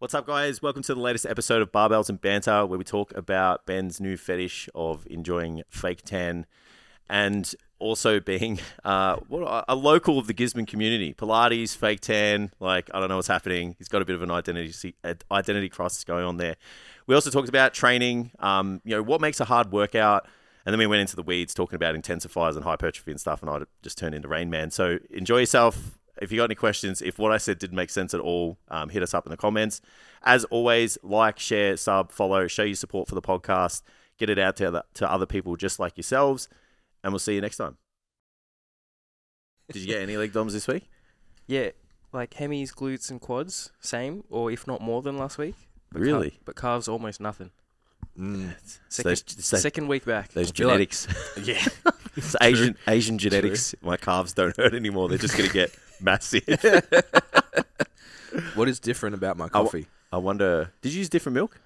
What's up, guys? Welcome to the latest episode of Barbells and Banter, where we talk about Ben's new fetish of enjoying fake tan and also being uh, what, a local of the Gisborne community. Pilates, fake tan, like, I don't know what's happening. He's got a bit of an identity, identity crisis going on there. We also talked about training, um, you know, what makes a hard workout. And then we went into the weeds talking about intensifiers and hypertrophy and stuff, and I just turned into Rain Man. So enjoy yourself. If you got any questions, if what I said didn't make sense at all, um, hit us up in the comments. As always, like, share, sub, follow, show your support for the podcast, get it out to other, to other people just like yourselves, and we'll see you next time. Did you get any leg doms this week? Yeah, like hemis, glutes, and quads, same or if not more than last week. But cal- Really? but calves almost nothing. Mm. So Second, those- so second week back. those feel like- genetics, yeah, it's Asian Asian genetics. My calves don't hurt anymore; they're just gonna get massive. What is different about my w- coffee? I wonder. Did you use different milk?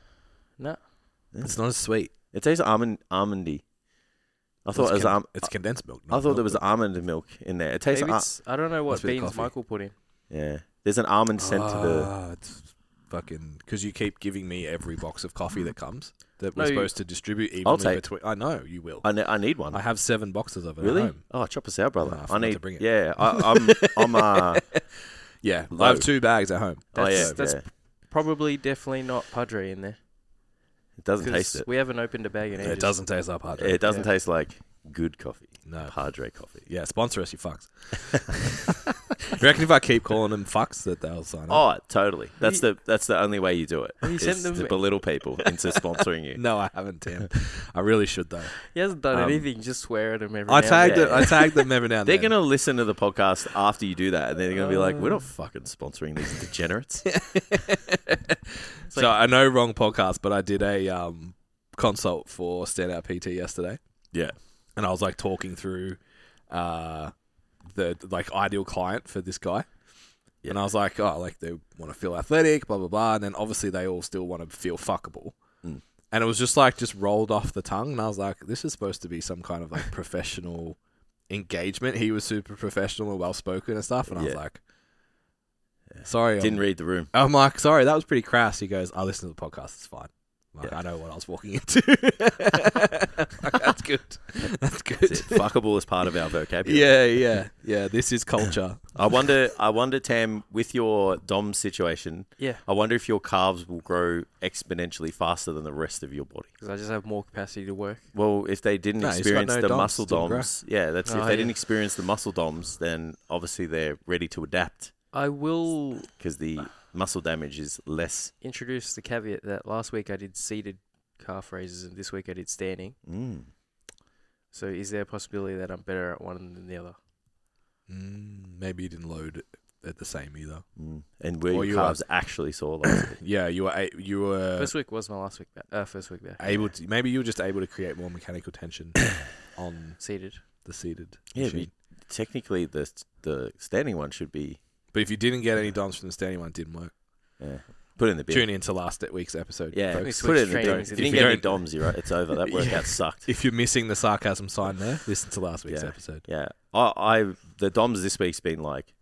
no, it's not as sweet. It tastes almond almondy. I thought it was con- um, it's condensed milk. I thought not there milk, was but- almond milk in there. It tastes maybe al- it's, I don't know what must be the beans coffee. Michael put in. yeah. There's an almond scent to the. Ah, it's fucking because you keep giving me every box of coffee that comes that we're No, you- supposed to distribute evenly I'll take- between. I know you will. I, I, ne- I need one. have seven boxes of it. At really? home. Oh, chop us out, brother. Nah, I I forgot need. to bring it. Yeah, I, I'm. I'm. Uh, Yeah, Low. I have two bags at home. oh yeah, That's- that's- yeah. Probably, definitely not Padre in there It doesn't taste because it. we haven't opened a bag in ages. It doesn't taste like Padre. It doesn't yeah. taste like good coffee. no. Padre coffee. Yeah, sponsor us, you fucks. you reckon if I keep calling them fucks that they'll sign up? Oh, totally. That's the that's the only way you do it. He is sent them- to belittle people into sponsoring you. No, I haven't, Tim. I really should though. He hasn't done Um, anything. Just swear at him every. I now tagged then. it. I tagged them every now and They're then. gonna listen to the podcast after you do that, and they're gonna be like, "We're Oh. Uh. not fucking sponsoring these degenerates." so I know wrong podcast, but I did a um, consult for Standout PT yesterday. Yeah. and I was like talking through uh, the like ideal client for this guy, Yeah. and I was like, oh, like they want to feel athletic, blah blah blah, and then obviously they all still want to feel fuckable. Mm. And it was just like just rolled off the tongue, and I was like, "This is supposed to be some kind of like professional engagement." He was super professional and well spoken and stuff, and I was Yeah. like, "Sorry, I'm- Didn't read the room. I'm like, sorry, that was pretty crass. He goes, I listen to the podcast. It's fine. I'm like, Yeah. I know what I was walking into. Like, That's good. That's good. That's it. Fuckable is part of our vocabulary. yeah, yeah, yeah. This is culture. I wonder. I wonder, Tam, with your dom situation, yeah, I wonder if your calves will grow exponentially faster than the rest of your body. because I just have more capacity to work. Well, if they didn't No, he's got experience no the doms, muscle didn't grow. doms, yeah, that's if Oh, they yeah. didn't experience the muscle doms, then obviously they're ready to adapt I will because the muscle damage is less. introduce the caveat that last week I did seated calf raises and this week I did standing. Mm. So is there a possibility that I'm better at one than the other? Mm, maybe you didn't load at the same either. Mm. And where Or your you calves actually sore. Like, Yeah, you were. a- You were first week was my last week back. Uh, first week back. able to. Maybe you were just able to create more mechanical tension on Seated. the seated Yeah, but you- machine. technically, the the standing one should be But if you didn't get any DOMs from the standing one, it didn't work. yeah, put in the bin. Tune in to last week's episode. Yeah, folks. Folks. put it in the dome. Switch trainings If you if didn't you get any don't- DOMs, you're right. It's over. That Yeah. workout sucked. If you're missing the sarcasm sign there, listen to last week's Yeah. episode. Yeah. I, I the DOMs this week's been like,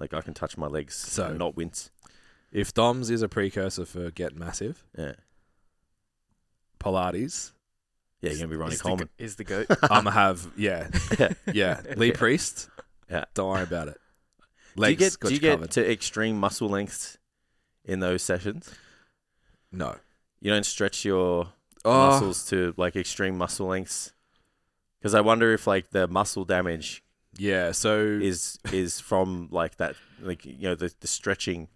like I can touch my legs So- and not wince. If DOMS is a precursor for get massive, Yeah. Pilates, Yeah, you're gonna be Ronnie is Coleman. The, go- is the goat. I'ma have yeah, yeah, Lee Yeah. Priest. Yeah. Don't worry about it. do you Legs get got do you you get covered. to extreme muscle lengths in those sessions? no. You don't stretch your Oh, muscles to like extreme muscle lengths. Because I wonder if like the muscle damage Oh, Yeah, so is is from like that like you know the, the stretching.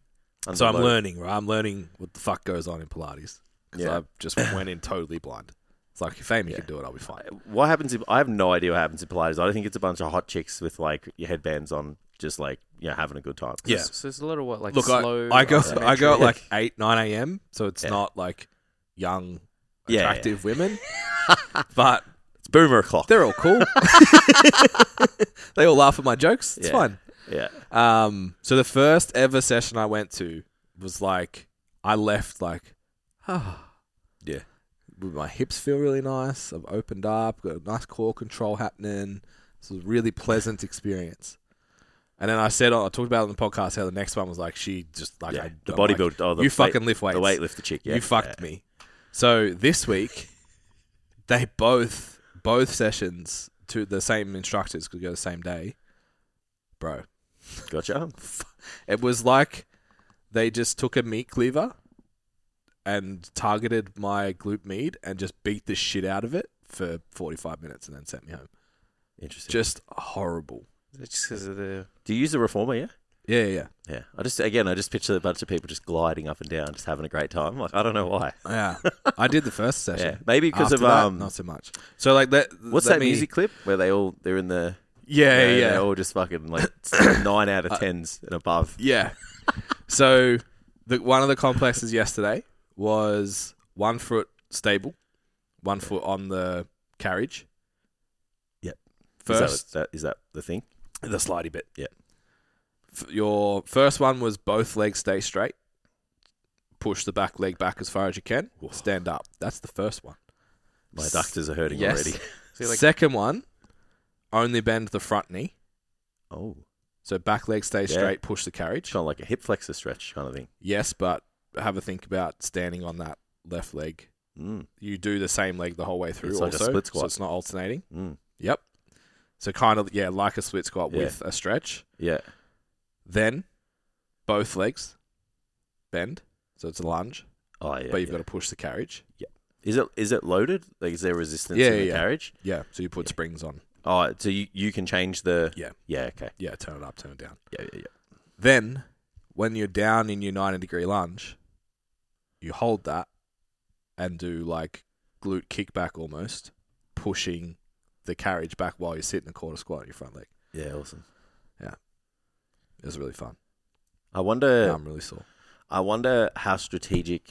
Under so I'm load. learning, right? I'm learning what the fuck goes on in Pilates because Yeah. I just went in totally blind. It's like if Amy Yeah. can do it, I'll be fine. What happens if I have no idea what happens in Pilates? I think it's a bunch of hot chicks with like your headbands on, just like you know having a good time. Yeah. So there's a lot of what like Look, slow. I, I go isometric- I go at like eight nine a.m. So it's Yeah. not like young, Yeah, yeah. attractive women, but it's boomer o'clock. they're all cool. they all laugh at my jokes. It's Yeah. fun. Yeah, Um, so the first ever session I went to was like I left like, ah, Yeah. My hips feel really nice. I've opened up, got a nice core control happening. This was a really pleasant experience. And then I said, I talked about it on the podcast how the next one was like she just like yeah, I the don't like- bodybuilder. oh, the you weight- fucking lift weights. the weightlifter chick. Yeah, you fucked me. So this week, they both both sessions to the same instructors could go the same day, bro. Gotcha. It was like they just took a meat cleaver and targeted my glute med and just beat the shit out of it for forty five minutes and then sent me home. Interesting. Just horrible. It's just because of the. Do you use the reformer? Yeah. Yeah, yeah, Yeah. I just again, I just picture a bunch of people just gliding up and down, just having a great time. Like I don't know why. yeah. Yeah. I did the first session. Yeah. Maybe because After of that, um. not so much. So like that. What's let that me- music clip where they all they're in the Yeah, they're, yeah. Uh, they're all just fucking like nine out of tens and above. Yeah. so the one of the complexes yesterday was one foot stable, one foot on the carriage. Yep. First, is that, that is that the thing? the slidey bit. Yep. F- your first one was both legs stay straight. Push the back leg back as far as you can. Stand up. That's the first one. My S- doctors are hurting yes. already. So you're like, Second one, only bend the front knee. Oh, So back leg stay Yeah. straight, push the carriage. it's kind of like a hip flexor stretch kind of thing. Yes, but have a think about standing on that left leg Mm, you do the same leg the whole way through. It's like a also, split So squat. it's not alternating. mm. Yep. So kind of yeah, like a split squat Yeah. with a stretch. Yeah. Then both legs bend, so it's a lunge, Oh yeah. but you've yeah. got to push the carriage. Is it is it loaded? Like is there resistance Yeah, in the yeah. carriage? Yeah. So you put springs on. Oh, so you, you can change the Yeah. yeah okay Yeah. Turn it up. Turn it down. yeah yeah yeah. Then when you're down in your ninety degree lunge, you hold that and do like glute kickback almost, pushing the carriage back while you're sitting a quarter squat on your front leg. Yeah, awesome. It was really fun. I wonder. Now I'm really sore. I wonder how strategic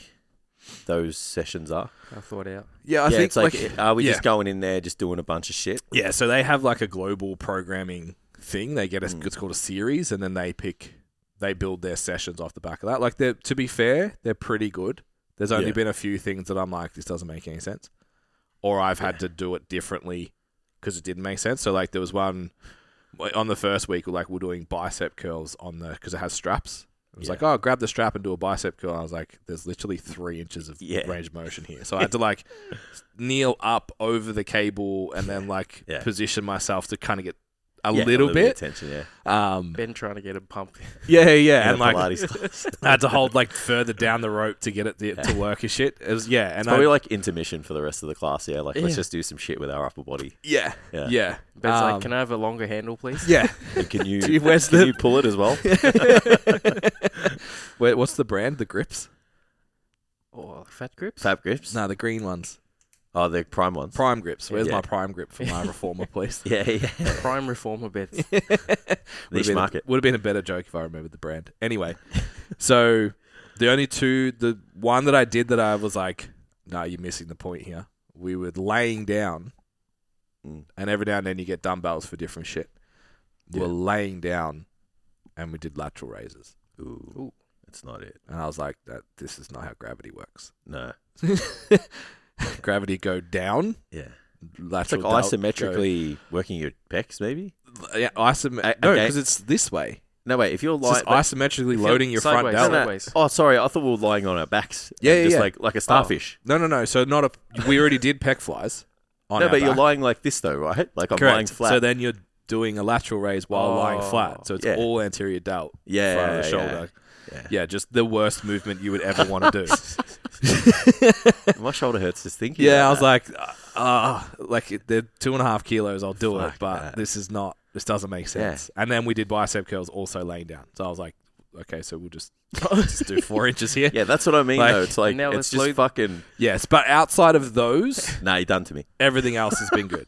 those sessions are. I thought out. Yeah, yeah, I think it's like, are we yeah. just going in there, just doing a bunch of shit? yeah. So they have like a global programming thing. They get a, Mm. it's called a series, and then they pick, they build their sessions off the back of that. Like they're to be fair, they're pretty good. There's only Yeah. been a few things that I'm like, this doesn't make any sense, or I've had Yeah. to do it differently because it didn't make sense. So like there was one on the first week, like we're doing bicep curls on the because it has straps. It was Yeah. like, oh, grab the strap and do a bicep curl. And I was like, there's literally three inches of Yeah. range of motion here, so I had to like kneel up over the cable and then like Yeah. position myself to kind of get a Yeah, little bit. attention, yeah. Um, Ben trying to get a pump. yeah, yeah, And, and like Pilates class. It's I had to hold like further down the rope to get it to, to work and shit. It was yeah, and I, probably like intermission for the rest of the class. Yeah, like Yeah. let's just do some shit with our upper body. yeah, Yeah. yeah, yeah. Ben's Um, like, can I have a longer handle, please? yeah. And can you Gee, where's can the- you pull it as well? Wait, what's the brand? The grips? Or Oh, fat grips? Fab grips? No, the green ones. Oh, the prime ones. Prime grips. Where's Yeah. my prime grip for my reformer, please? Yeah, yeah. Prime reformer beds. Would Niche have been a- market. would have been a better joke if I remembered the brand. Anyway, so the only two, the one that I did that I was like, no, you're missing the point here. We were laying down, Mm. and every now and then you get dumbbells for different shit. We We're Yeah. laying down, and we did lateral raises, Ooh, Ooh. that's not it. and I was like, that this is not how gravity works. No. gravity go down, Yeah. It's like lateral dou- isometrically working your pecs, maybe. go- yeah, isom- A- no, okay. because it's this way. No, wait. If you're It's lying, just isometrically loading your front sideways. no, delt. no. sideways. Oh, sorry. I thought we were lying on our backs. Yeah, and yeah, just yeah. like like a starfish. No, no, no. So not a. We already did pec flies. Oh, On no, our but you're back. lying like this though, right? Like I'm Correct. lying flat. So then you're doing a lateral raise while lying Oh, flat. So it's yeah. all anterior delt, yeah, front of the yeah, shoulder. yeah. Yeah, just the worst movement you would ever want to do. My shoulder hurts just thinking. yeah, about I was like, ah, like it- they're two and a half kilos. I'll do it, Fuck but that. this is not. This doesn't make sense. And then we did bicep curls also laying down. So I was like, okay, so we'll just, just do four inches here. that. yeah, that's what I mean. Like- though. It's like Now it's let's just load- fucking. Yes, but outside of those, Nah, you're done to me. everything else has been good.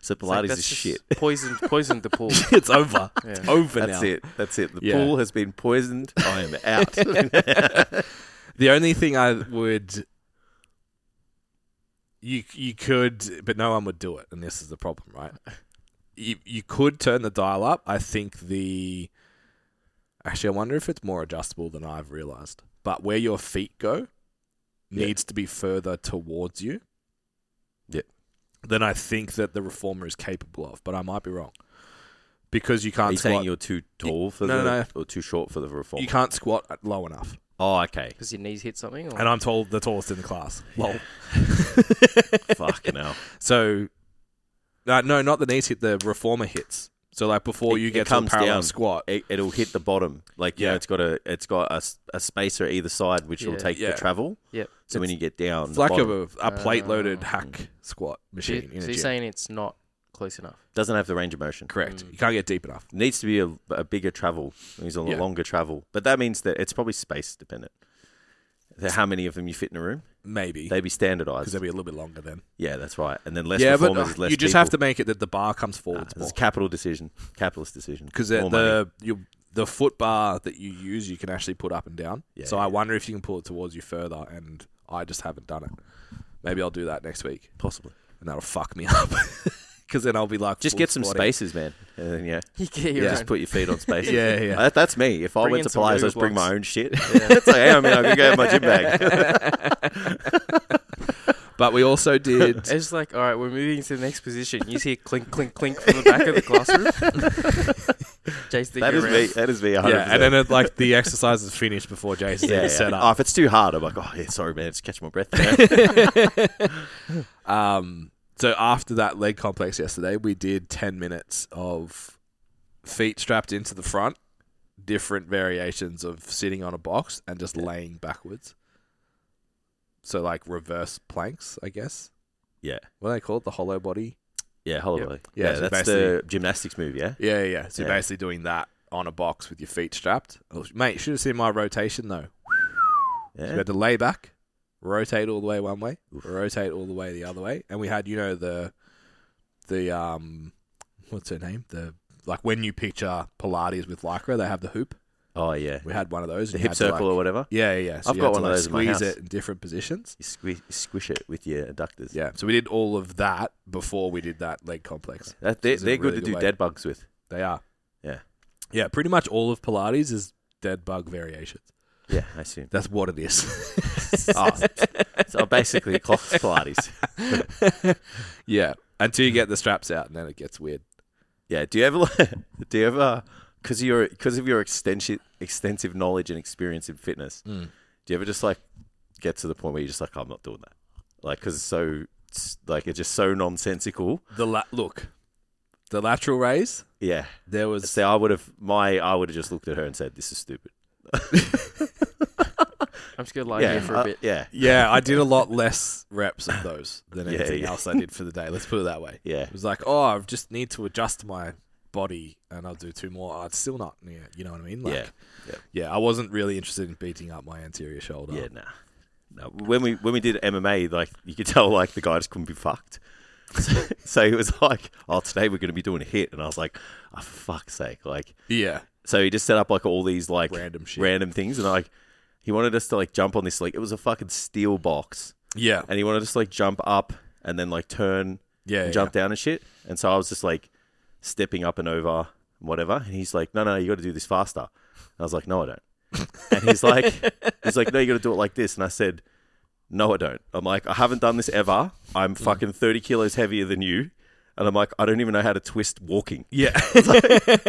So It's like, Pilates that's is just shit. Poisoned, poisoned the pool. it's over. Yeah. It's over now. That's it. That's it. The Yeah. pool has been poisoned. I am out. The only thing I would you you could, but no one would do it, and this is the problem, right? You you could turn the dial up. I think the actually, I wonder if it's more adjustable than I've realized. But where your feet go Yeah. needs to be further towards you. Yeah. Than I think that the reformer is capable of, but I might be wrong. because you Are can't you squat. saying you're too tall for No, the no, no. or too short for the reform? you can't squat at- low enough. Oh, okay. Because your knees hit something? Or? And I'm tall, the tallest in the class. Lol. Fucking hell. So, uh, no, not the knees hit. The reformer hits. So like before It- you it get to the comes parallel down. squat, It, it'll hit the bottom. Like you Yeah. know, it's got a it's got a, s- a spacer either side, which will Yeah. take Yeah. the travel. Yep. So when you get down, it's the like bottom Uh, a, a plate loaded Ah. hack squat So you- machine. in so a gym. you're saying it's not close enough? doesn't have the range of motion. correct? Mm. You can't get deep enough. Needs to be a, a bigger travel. It needs a Yeah. longer travel, but that means that it's probably space dependent. The- How many of them you fit in a room? Maybe They'd be because standardized. they'll be a little bit longer then. yeah, that's right. And then less yeah, but reformers uh, is less. you just people. have to make it that the bar comes Nah, forward it's a capital decision, capitalist decision. because More money. the you, the foot bar that you use you can actually put up and down. Yeah, so yeah. I wonder if you can pull it towards you further, and I just haven't done it. Maybe I'll do that next week, possibly and that'll fuck me up because then I'll be like, just full get some squatting. spaces, man. And then, yeah, You get your Yeah. own. just put your feet on spaces. Yeah, yeah. That- that's me. If I Bring went in to some Players, I Lego just bring my blocks. own shit. Yeah. it's like, hey, I mean, I can go have my gym bag. But we also did. It's just like, all right, we're moving to the next position. You see a clink, clink, clink from the back of the classroom. Jay's thinking that is around. me. That is me. 100%. Yeah, and then it, like the exercise is finished before Jason's even set Oh, up. if it's too hard, I'm like, oh yeah, sorry, man, just catch my breath. Um, so after that leg complex yesterday, we did ten minutes of feet strapped into the front, different variations of sitting on a box and just laying backwards. So like reverse planks, I guess. yeah, What are they called? The hollow body. yeah, Holloway. Yeah, Yeah, so that's the gymnastics move. Yeah, Yeah, yeah, yeah. So Yeah. basically doing that on a box with your feet strapped. Oh, Mate, you should have seen my rotation though. So we yeah. had to lay back, rotate all the way one way, rotate all the way the other way, and we had you know the the um what's her name the like when you picture Pilates with lycra, they have the hoop. Oh yeah, We had one of those. the and you hip had to, circle like- or whatever. yeah, yeah. yeah. So I've you got had to, one of like, those in my Squeeze house. it in different positions. You squish, squish it with your adductors. Yeah. So we did all of that before we did that leg complex. That, they're This is a they're good really to good do way. dead bugs with. They are. Yeah. Yeah. Pretty much all of Pilates is dead bug variations. Yeah, I assume. That's what it is. oh, so basically, clock Pilates. yeah. Until you get the straps out, and then it gets weird. Yeah. Do you ever? Do you ever? Because your because of your extensive extensive knowledge and experience in fitness, do you ever just like get to the point where you're just like, I'm not doing that, like because it's so it's, like it's just so nonsensical. The la- look, the lateral raise. Yeah. There was So I would have my I would have just looked at her and said, "This is stupid." I'm just going to lie here for uh, a bit. yeah, yeah, I did a lot less reps of those than Yeah, anything yeah. else I did for the day. Let's put it that way. yeah. It was like, oh, I just need to adjust my body, and I'll do two more. Oh, it's still not, yeah, you know what I mean? Like, Yeah. Yeah. yeah. I wasn't really interested in beating up my anterior shoulder. Yeah, nah. No, when we when we did MMA, like you could tell, like the guy just couldn't be fucked. So, so he was like, "Oh, today we're going to be doing a hit," and I was like, "Oh, for fuck's sake!" Like, yeah, so he just set up like all these like Random shit. random things, and like he wanted us to like jump on this like it was a fucking steel box, yeah, and he wanted us to like jump up and then like turn yeah. and jump down and shit. And so I was just like stepping up and over and whatever. And he's like, no, no, you got to do this faster. And I was like, no, I don't. And he's like, he's like, no, you got to do it like this. And I said, no, I don't. I'm like, I haven't done this ever. I'm Mm. fucking 30 kilos heavier than you. And I'm like, I don't even know how to twist walking. Yeah, I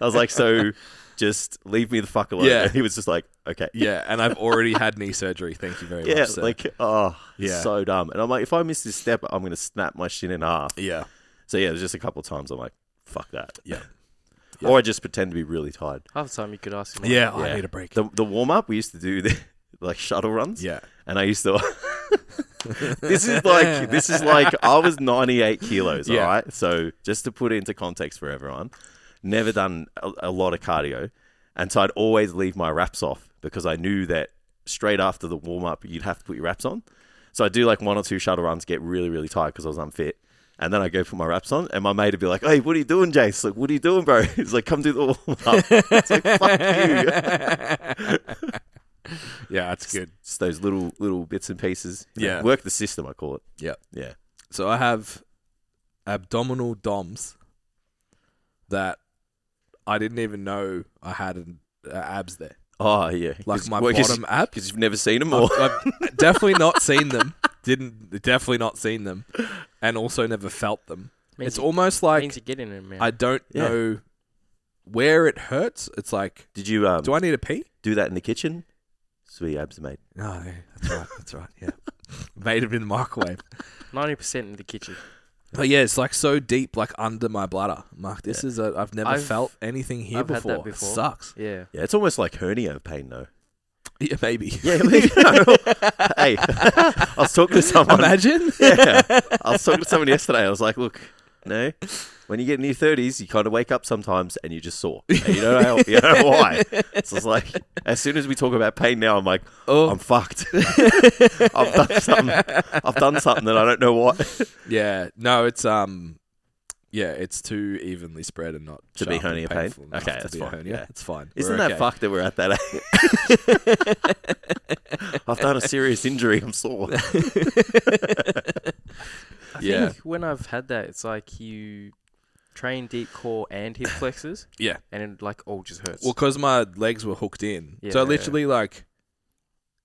was like, so just leave me the fuck alone. Yeah. And he was just like, okay. yeah. And I've already had knee surgery. Thank you very Yeah, much. sir. like, oh, Yeah. so dumb. And I'm like, if I miss this step, I'm going to snap my shin in half. yeah, So yeah, there's just a couple of times I'm like, fuck that. yeah, Or I just pretend to be really tired. Half the time you could ask him. like, yeah. I Yeah. need a break. The the warm up we used to do the like shuttle runs. yeah, And I used to This is like this is like I was ninety eight kilos, Yeah. all right? So just to put it into context for everyone, never done a, a lot of cardio. And so I'd always leave my wraps off because I knew that straight after the warm up you'd have to put your wraps on. So I do like one or two shuttle runs, get really, really tired because I was unfit. And then I go put my wraps on, and my mate would be like, "Hey, what are you doing, Jace? Like, what are you doing, bro?" He's like, "Come do the warm up." it's like, "Fuck you." yeah. That's good. Just those little little bits and pieces. Yeah. work the system. I call it. Yeah. yeah. So I have abdominal DOMs that I didn't even know I had an, uh, abs there. Oh yeah, Like my bottom Uh, because abs. you've never seen them I've, or I've definitely not seen them. Didn't definitely not seen them, and also never felt them. Means it's you- almost like means you get in it, man. I don't Yeah. know where it hurts. It's like, Did you um, do I need a pee? do that in the kitchen? Sweet abs, mate. No, that's right. That's right. Yeah. Made it in the microwave. Ninety percent in the kitchen. But yeah, it's like so deep, like under my bladder. Mark, this is a, I've never I've- felt anything here I've had that before. It before. sucks. Yeah. Yeah, it's almost like hernia pain, though. Yeah, maybe. Yeah, hey, I was talking to someone. Imagine. yeah. I was talking to someone yesterday. I was like, look, no, when you get in your thirties, you kind of wake up sometimes and you just sore. And you don't know, you don't know why. So it's like as soon as we talk about pain now, I'm like, Oh. I'm fucked. I've done something. I've done something that I don't know what. Yeah. No, it's um yeah, it's too evenly spread and not To be sharp and hernia pain? painful enough Okay, to that's be a fine, hernia. yeah. It's fine. Isn't We're that okay. fucked that we're at that age? I've done a serious injury. I'm sore. I Yeah. think when I've had that, it's like you train deep core and hip flexors. Yeah. And it like all just hurts. Well, because my legs were hooked in, so Yeah. literally like,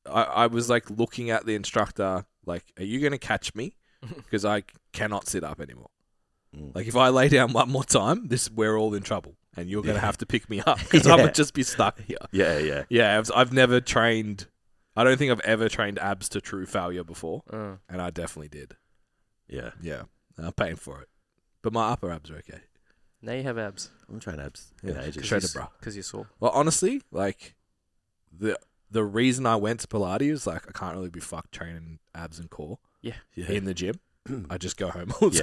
I I was like looking at the instructor like, are you gonna catch me? Because I cannot sit up anymore. Mm. Like if I lay down one more time, this we're all in trouble, and you're gonna Yeah. have to pick me up because I Yeah. would just be stuck here. Yeah, yeah. Yeah, I've, I've never trained. I don't think I've ever trained abs to true failure before, Uh, and I definitely did. Yeah. Yeah, I'm paying for it. But my upper abs are okay. now you have abs I'm trying abs in Yeah, ages. shred the bra. because you're sore. Well, honestly, like the the reason I went to Pilates is like I can't really be fucked training abs and core in the gym. I just go home all the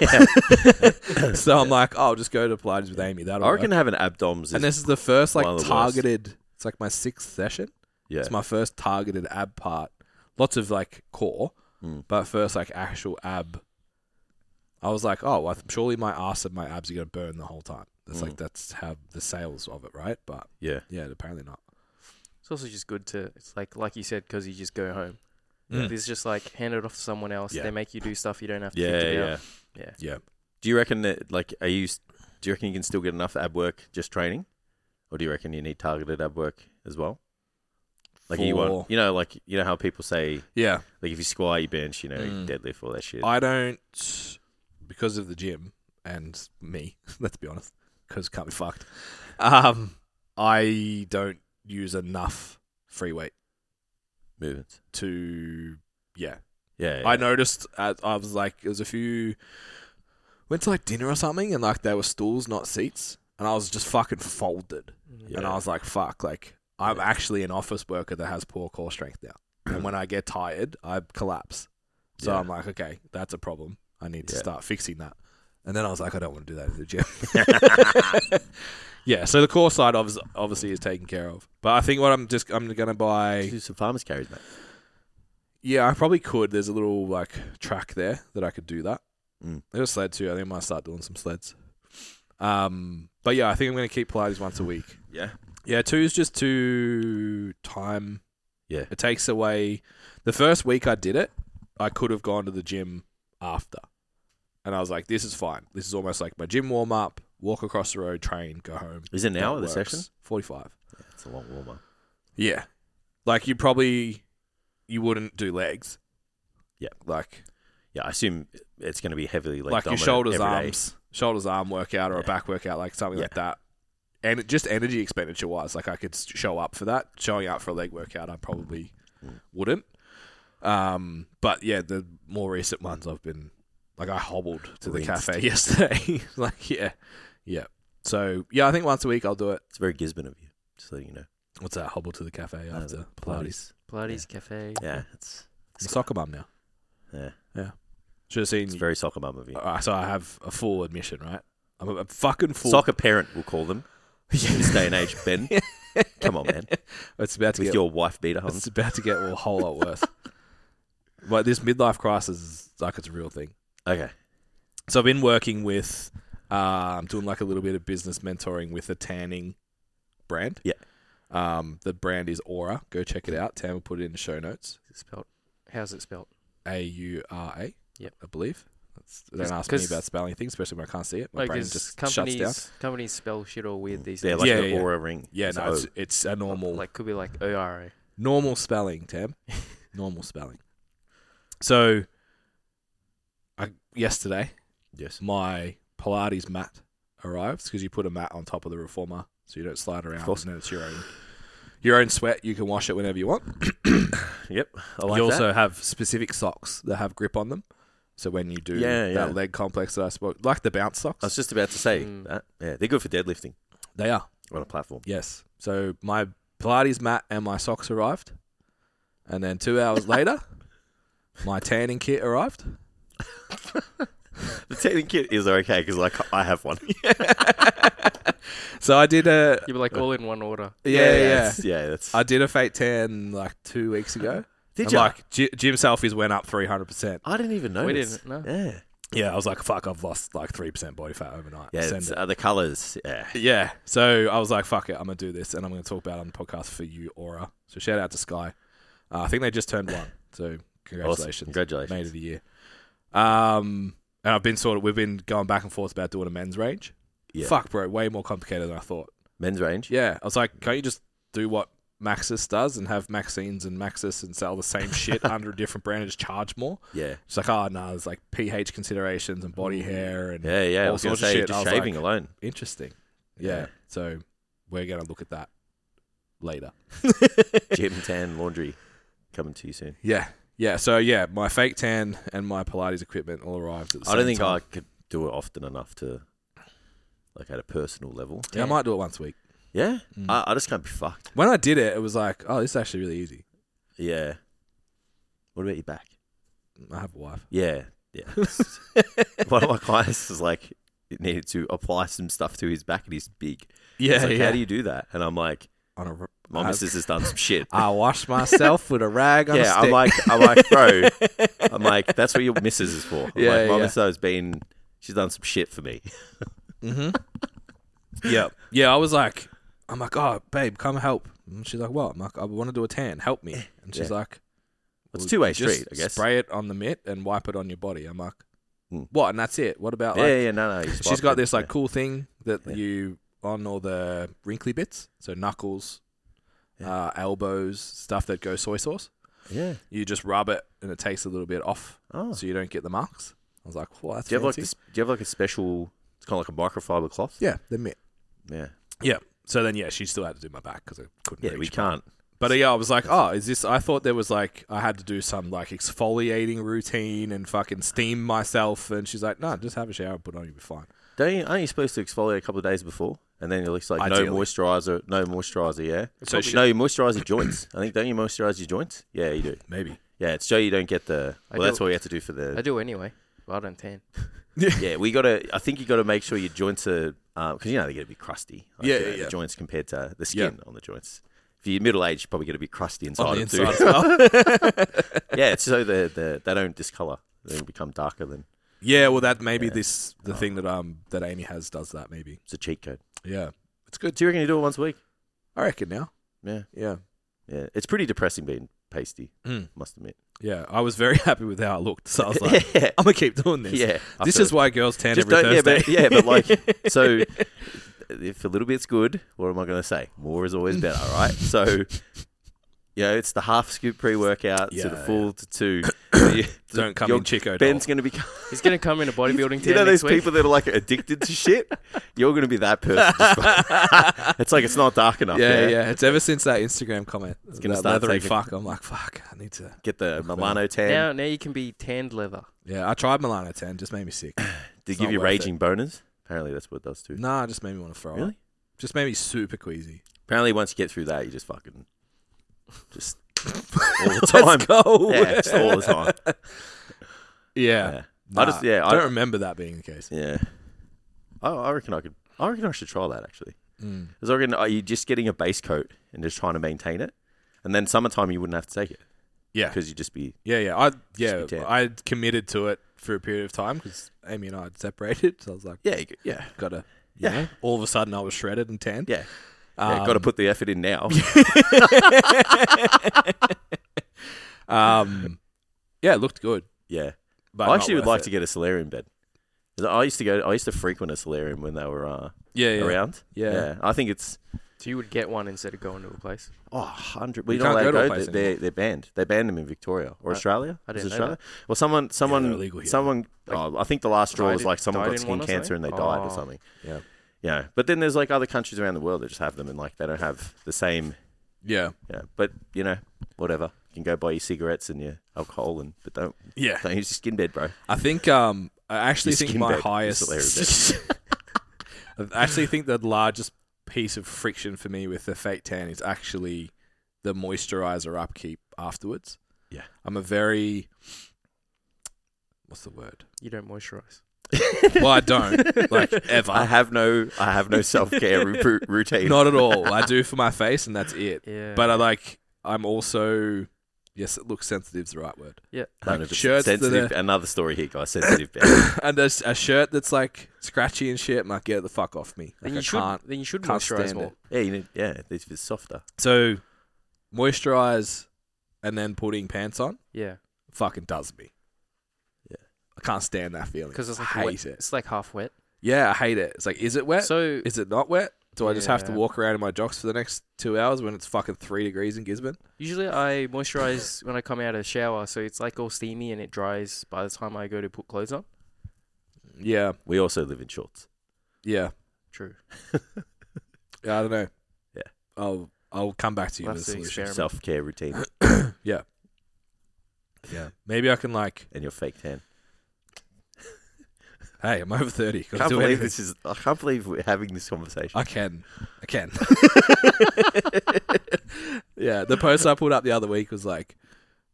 Yeah. time. so I'm like, oh, I'll just go to Pilates with Amy. That'll I reckon work. having abdoms is And this is the first one like of the worst. targeted. It's like my sixth session. yeah. It's my first targeted ab part. Lots of like core, Mm. but first like actual ab. I was like, oh, well, surely my ass and my abs are gonna burn the whole time. That's like Mm. that's how the sales of it, right? But yeah. yeah, apparently not. It's also just good to. It's like like you said, because you just go home. Mm. There's just like hand it off to someone else. Yeah. They make you do stuff you don't have to. Yeah, think yeah, about. yeah. Yeah. Yeah. Do you reckon that like are you s- do you reckon you can still get enough ab work just training? Or do you reckon you need targeted ab work as well? Like you For- want you know, like you know how people say Yeah, like if you squat, you bench, you know, Mm. deadlift, all that shit. I don't because of the gym and me. Let's be honest, because can't be fucked. Um, I don't use enough free weight Movements. to yeah Yeah. I yeah. noticed as I was like, it was a few went to like dinner or something, and like there were stools, not seats, and I was just fucking folded, Yeah. and I was like, fuck, like I'm Yeah. actually an office worker that has poor core strength now, and when I get tired, I collapse. So Yeah. I'm like, okay, that's a problem. I need to Yeah. start fixing that. And then I was like, I don't want to do that in the gym. yeah, so the core side obvi- obviously is taken care of, but I think what I'm just I'm gonna buy do some farmers carries, mate. yeah, I probably could. There's a little like track there that I could do that. Mm. There's a sled too. I think I might start doing some sleds. Um, but yeah, I think I'm gonna keep Pilates once a week. Yeah. Yeah, two is just too time. Yeah. it takes away. The first week I did it, I could have gone to the gym after, and I was like, "This is fine. This is almost like my gym warm up. Walk across the road, train, go home." Is it an hour the session? forty five. It's a long warm up. Yeah. Like you probably you wouldn't do legs. Yeah. Like Yeah, I assume it's gonna be heavily leg like your dominant shoulders every day. arms shoulders arm workout or a Yeah. back workout like something Yeah. like that. And it, just energy expenditure wise, like I could s- show up for that. Showing up for a leg workout, I probably Mm. wouldn't. Um, but yeah, the more recent ones I've been like I hobbled to the Rinsed. cafe yesterday. like yeah, yeah. So yeah, I think once a week I'll do it. It's very Gisborne of you, just letting you know. What's that? Hobble to the cafe Uh, after Pilates. Pilates. Pilates cafe. Yeah, it's I'm a soccer mum now. yeah. Should have seen It's very soccer mum of you. All right, so I have a full admission, right? I'm a, a fucking full. Soccer parent, we'll call them. in this day and age, Ben. Come on, man. It's about to With get. your wife beater, Hans. it's about to get a whole lot worse. but this midlife crisis is like it's a real thing. Okay. So I've been working with, um, doing like a little bit of business mentoring with a tanning brand. Yeah. Um, the brand is Aura. Go check it out. Tam will put it in the show notes. Is it spelt? How's it spelt? A U R A. Yep. I believe. That's, don't 'Cause- ask me 'cause- about spelling things, especially when I can't see it. My Like, brain is just shuts companies down. companies spell shit all weird these They're days. like Yeah, an yeah. aura ring. oh, Yeah, It's no, it's, O. it's a normal. Like could be like O R A. Normal spelling, Tam. Normal spelling. So, I, yesterday Yes. my Pilates mat arrives because you put a mat on top of the reformer so you don't slide around. course. And it's your own, your own sweat. You can wash it whenever you want. Yep. I like you that. also have specific socks that have grip on them. So when you do Yeah, that yeah. leg complex that I spoke, like the bounce socks, I was just about to say Mm. that. Yeah, they're good for deadlifting they are. on a platform. Yes. So my Pilates mat and my socks arrived, and then two hours later, my tanning kit arrived. The tanning kit is okay because like I have one. So I did a You were like all in one order. yeah yeah. that's- yeah. That's I did a fake tan like two weeks ago. did and you? like gy- gym selfies went up three hundred percent. I didn't even We notice. didn't. No. Yeah. Yeah, I was like, fuck, I've lost like three percent body fat overnight. Yeah. Send It's, it. uh, the colors. Yeah. uh, Yeah. So I was like, fuck it, I'm gonna do this, and I'm gonna talk about it on the podcast for you, Aura. So shout out to Sky. Uh, I think they just turned one. So Awesome. congratulations. Congratulations. made of the year. Um, and I've been sort of we've been going back and forth about doing a men's range. Yeah. Fuck, bro, way more complicated than I thought. Men's range. Yeah, I was like, can't you just do what Maxis does and have Maxines and Maxis and sell the same shit under a different brand and just charge more? Yeah. It's like, oh no, there's like pH considerations and body hair and Yeah. Yeah. I All was gonna sorts of say shit. I just was shaving like- alone. interesting. Yeah. Yeah. So we're gonna look at that later. Gym tan laundry coming to you soon. yeah. Yeah, so yeah, my fake tan and my Pilates equipment all arrived at the I don't same think time. I could do it often enough to like at a personal level. Yeah, I might do it once a week. Yeah. Mm. I, I just can't be fucked. When I did it, it was like, oh, this is actually really easy. Yeah. What about your back? I have a wife. Yeah. Yeah. One of my clients was like needed to apply some stuff to his back and he's big. Yeah, It's like, How do you do that? And I'm like, On a r- my I- missus has done some shit. I wash myself with a rag on a yeah, stick. I'm like, I'm like, bro, I'm like, that's what your missus is for. I'm Yeah, like, my yeah. missus has been, she's done some shit for me. mm-hmm. yeah, yeah. I was like, I'm like, oh, babe, come help. And she's like, what? I'm like, I want to do a tan. Help me. And she's Yeah. like, It's "Well, two way you just street, I guess. Spray it on the mitt and wipe it on your body. I'm like, Mm. what? And that's it. What about? yeah, like, yeah, no, no. you She's swipe got it, this like yeah. cool thing that Yeah. you on all the wrinkly bits, so knuckles, uh, elbows, stuff that go soy sauce. yeah. You just rub it and it takes a little bit off, Oh, so you don't get the marks. I was like, well, that's do you have like fancy." this? Do you have like a special? It's kind of like a microfiber cloth. Yeah, the mitt. Yeah, So then, yeah, she still had to do my back because I couldn't. yeah. reach we my- can't. But uh, yeah, I was like, oh, is this? I thought there was like I had to do some like exfoliating routine and fucking steam myself. And she's like, no, just have a shower, put it on, you'll be fine. Don't you, aren't you supposed to exfoliate a couple of days before? And then it looks like Ideally. no moisturizer, no moisturizer, yeah. So she- no, you moisturize your joints. I think don't you moisturize your joints? Yeah, you do. Maybe. Yeah, it's so you don't get the. I Well, that's do- what you have to do for I the. do anyway, but I don't tan. Yeah, we gotta. I think you gotta make sure your joints are because you know they're gonna be crusty. Yeah, you know, yeah, the yeah. joints compared to the skin on the joints. If you're middle aged, you're probably gonna be crusty inside, On the of too. inside as well. yeah, it's so the, the they don't discolor. They become darker than yeah, well, that maybe Yeah. Oh. this the thing that um that Amy has does that maybe. it's a cheat code. Yeah, it's good. Do you reckon you do it once a week? I reckon now. Yeah, Yeah, yeah. It's pretty depressing being pasty. Mm. Must admit. yeah. I was very happy with how I looked, so I was like, yeah, I'm gonna keep doing this. yeah. This after- is why girls tan Just every don't- yeah, Thursday. but- yeah, but like- so. If a little bit's good, what am I going to say? More is always better, right? So, you know, it's the half scoop pre workout to the Yeah, full to two. You- don't come your- in Chico. doll. Ben's going to be. He's gonna come in a bodybuilding tan You know those next week. people that are like addicted to shit. You're going to be that person. Just like- it's like it's not dark enough. yeah, yeah, It's ever since that Instagram comment. It's gonna gonna start leathery taking- fuck. I'm like, fuck. I need to. Get the Milano tan. Now, now you can be tanned leather. Yeah, I tried Milano Ten. Just made me sick. Did It's it give not you worth raging boners? Apparently, that's what it does too. nah, just made me want to throw up. Really? Just made me super queasy. Apparently, once you get through that, you just fucking just all the time. Let's go. Yeah, just all the time. Yeah. Yeah, Nah, I just yeah, I don't I, remember that being the case. yeah. I, I reckon I could. I reckon I should try that actually. Mm. Because I reckon are you just getting a base coat and just trying to maintain it, and then summertime you wouldn't have to take it Yeah. because you'd just be Yeah, yeah. I be yeah, dead. I committed to it for a period of time because Amy and I had separated. So I was like, yeah you could- yeah gotta. Yeah. yeah. all of a sudden, I was shredded and Um, tan. yeah. yeah Got to put the effort in now. Um, yeah, it looked good. yeah, But I actually would like to get a solarium bed. 'Cause I used to go. I used to frequent a solarium when they were uh, Yeah, yeah. around. Yeah. I think it's So you would get one instead of going to a place. Oh, 100. Well, You you don't can't let go go to a go. place They- They, they're banned. They banned them in Victoria or I- Australia. I Is it didn't know Australia. Well, someone, someone, they're illegal here. someone. Like, oh, I think the last straw died was in- like someone died got in skin one or cancer and they something? died or Oh. something. Yeah. Yeah. But then there's like other countries around the world that just have them and like they don't have the same. Yeah. Yeah. But you know, whatever. You can go buy your cigarettes and your alcohol and but don't Yeah. don't use your skin bed, bro. I think um I actually Your think skin my bed is highest hilarious. I actually think the largest piece of friction for me with the fake tan is actually the moisturizer upkeep afterwards. Yeah. I'm a very what's the word? You don't moisturize. Well, I don't like ever. I have no I have no self care routine. Not at all. I do for my face and that's it. Yeah. But uh, I like I'm also yes, it looks sensitive's the right word. yeah. Like 100%. shirts that sensitive. Another story here, guys. Sensitive band. and a, a shirt that's like scratchy and shit. I'm like, get the fuck off me. Like, Then you I should. can't. Then you should can't moisturize stand more. it. yeah, you need, yeah. It's it's softer. So, moisturize and then putting pants on Yeah. fucking does me. Yeah. I can't stand that feeling. Because it's like I hate wet. it. It's like half wet. Yeah, I hate it. It's like, is it wet? So is it not wet? Do I just have to Yeah. walk around in my jocks for the next two hours when it's fucking three degrees in Gisborne? usually I moisturize when I come out of the shower, so it's like all steamy and it dries by the time I go to put clothes on. Yeah, We also live in shorts. yeah. True. yeah I don't know. Yeah. I'll I'll come back to you We'll with a have to solution. experiment. Self care routine Yeah. Maybe I can like. and your fake tan. Hey, I'm over thirty. Gotta can't do believe anything. this is. I can't believe we're having this conversation. I can. I can. yeah, the post I put up the other week was like,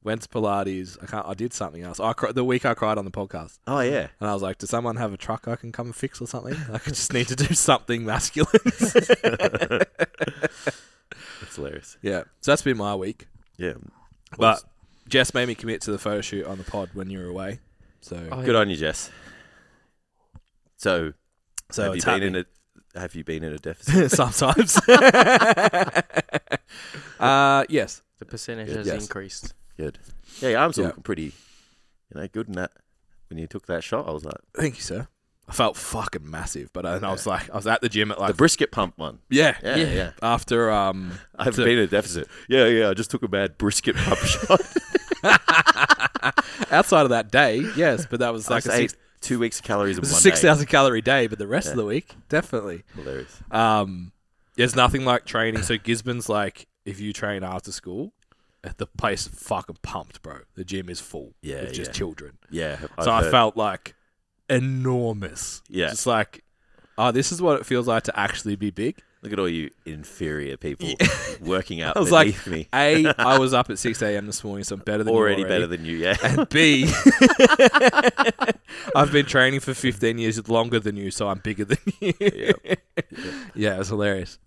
went to Pilates. I can't. I did something else. I cri- the week I cried on the podcast, Oh yeah, and I was like, does someone have a truck I can come and fix or something? Like, I just need to do something masculine. that's hilarious. yeah. So that's been my week. Yeah, But Jess made me commit to the photo shoot on the pod when you were away. So, Oh, good on you, Jess. So, so have you it's been happening. in a? Have you been in a deficit? sometimes. uh, yes. The percentage Yeah. has Yes. increased. good. Yeah, your arms are Yeah. looking pretty. You know, good in that. When you took that shot, I was like Thank you, sir. I felt fucking massive, but I, and I was like, I was at the gym at the like, brisket pump one. yeah, Yeah, yeah. Yeah. after um I've So- been in a deficit. Yeah, yeah. I just took a bad brisket pump shot. outside of that day, yes, but that was I like a just six ate two weeks of calories in it one was day. a six thousand calorie day, but the rest of Yeah. the week, definitely. Hilarious. Um there's nothing like training. So Gisborne's like if you train after school, uh, the place is fucking pumped, bro. The gym is full. Yeah, With just yeah. children. Yeah. I've so I heard. felt like enormous. Yeah. Just like Oh, this is what it feels like to actually be big. Look at all you inferior people working out I was like, beneath me. A, I was up at six a.m. this morning, so I'm better than you Already better than you, yeah. and B, I've been training for 15 years longer than you, so I'm bigger than you. Yeah, it was hilarious.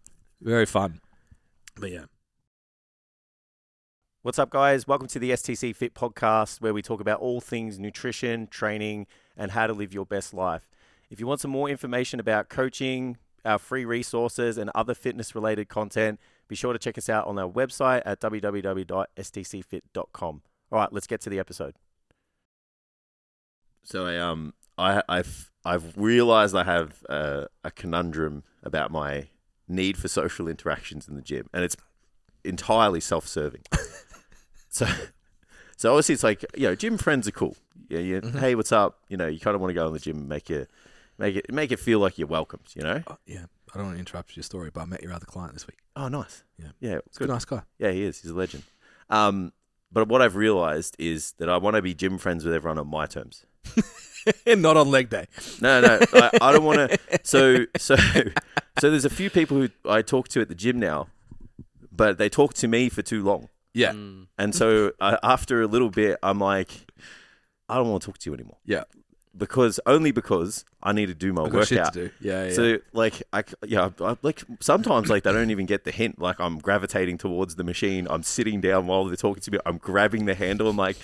Very fun. But yeah. What's up, guys? Welcome to the STC Fit podcast, where we talk about all things nutrition, training, and how to live your best life. If you want some more information about coaching, our free resources, and other fitness related content, be sure to check us out on our website at www.stcfit.com. All right, let's get to the episode. So, I, um, I, I've, I've realized I have uh, a conundrum about my need for social interactions in the gym, and it's entirely self serving. So, so obviously it's like you know, gym friends are cool. Yeah, you, Mhm. hey, what's up? You know, you kind of want to go in the gym and make it, make it, make it feel like you're welcomed. You know? Oh, yeah. I don't want to interrupt your story, but I met your other client this week. Oh, nice. Yeah. yeah, He's a good. good, nice guy. Yeah, he is. He's a legend. Um, but what I've realized is that I want to be gym friends with everyone on my terms. Not on leg day. No, no, I, I don't want to. So, so, so there's a few people who I talk to at the gym now, but they talk to me for too long. Yeah. Mm. And so I, after a little bit, I'm like, I don't want to talk to you anymore. Yeah. Because only because I need to do my I've got shit to workout. do. Yeah. yeah. So like I c- yeah I, I- like sometimes like they don't even get the hint like I'm gravitating towards the machine I'm sitting down while they're talking to me I'm grabbing the handle I'm like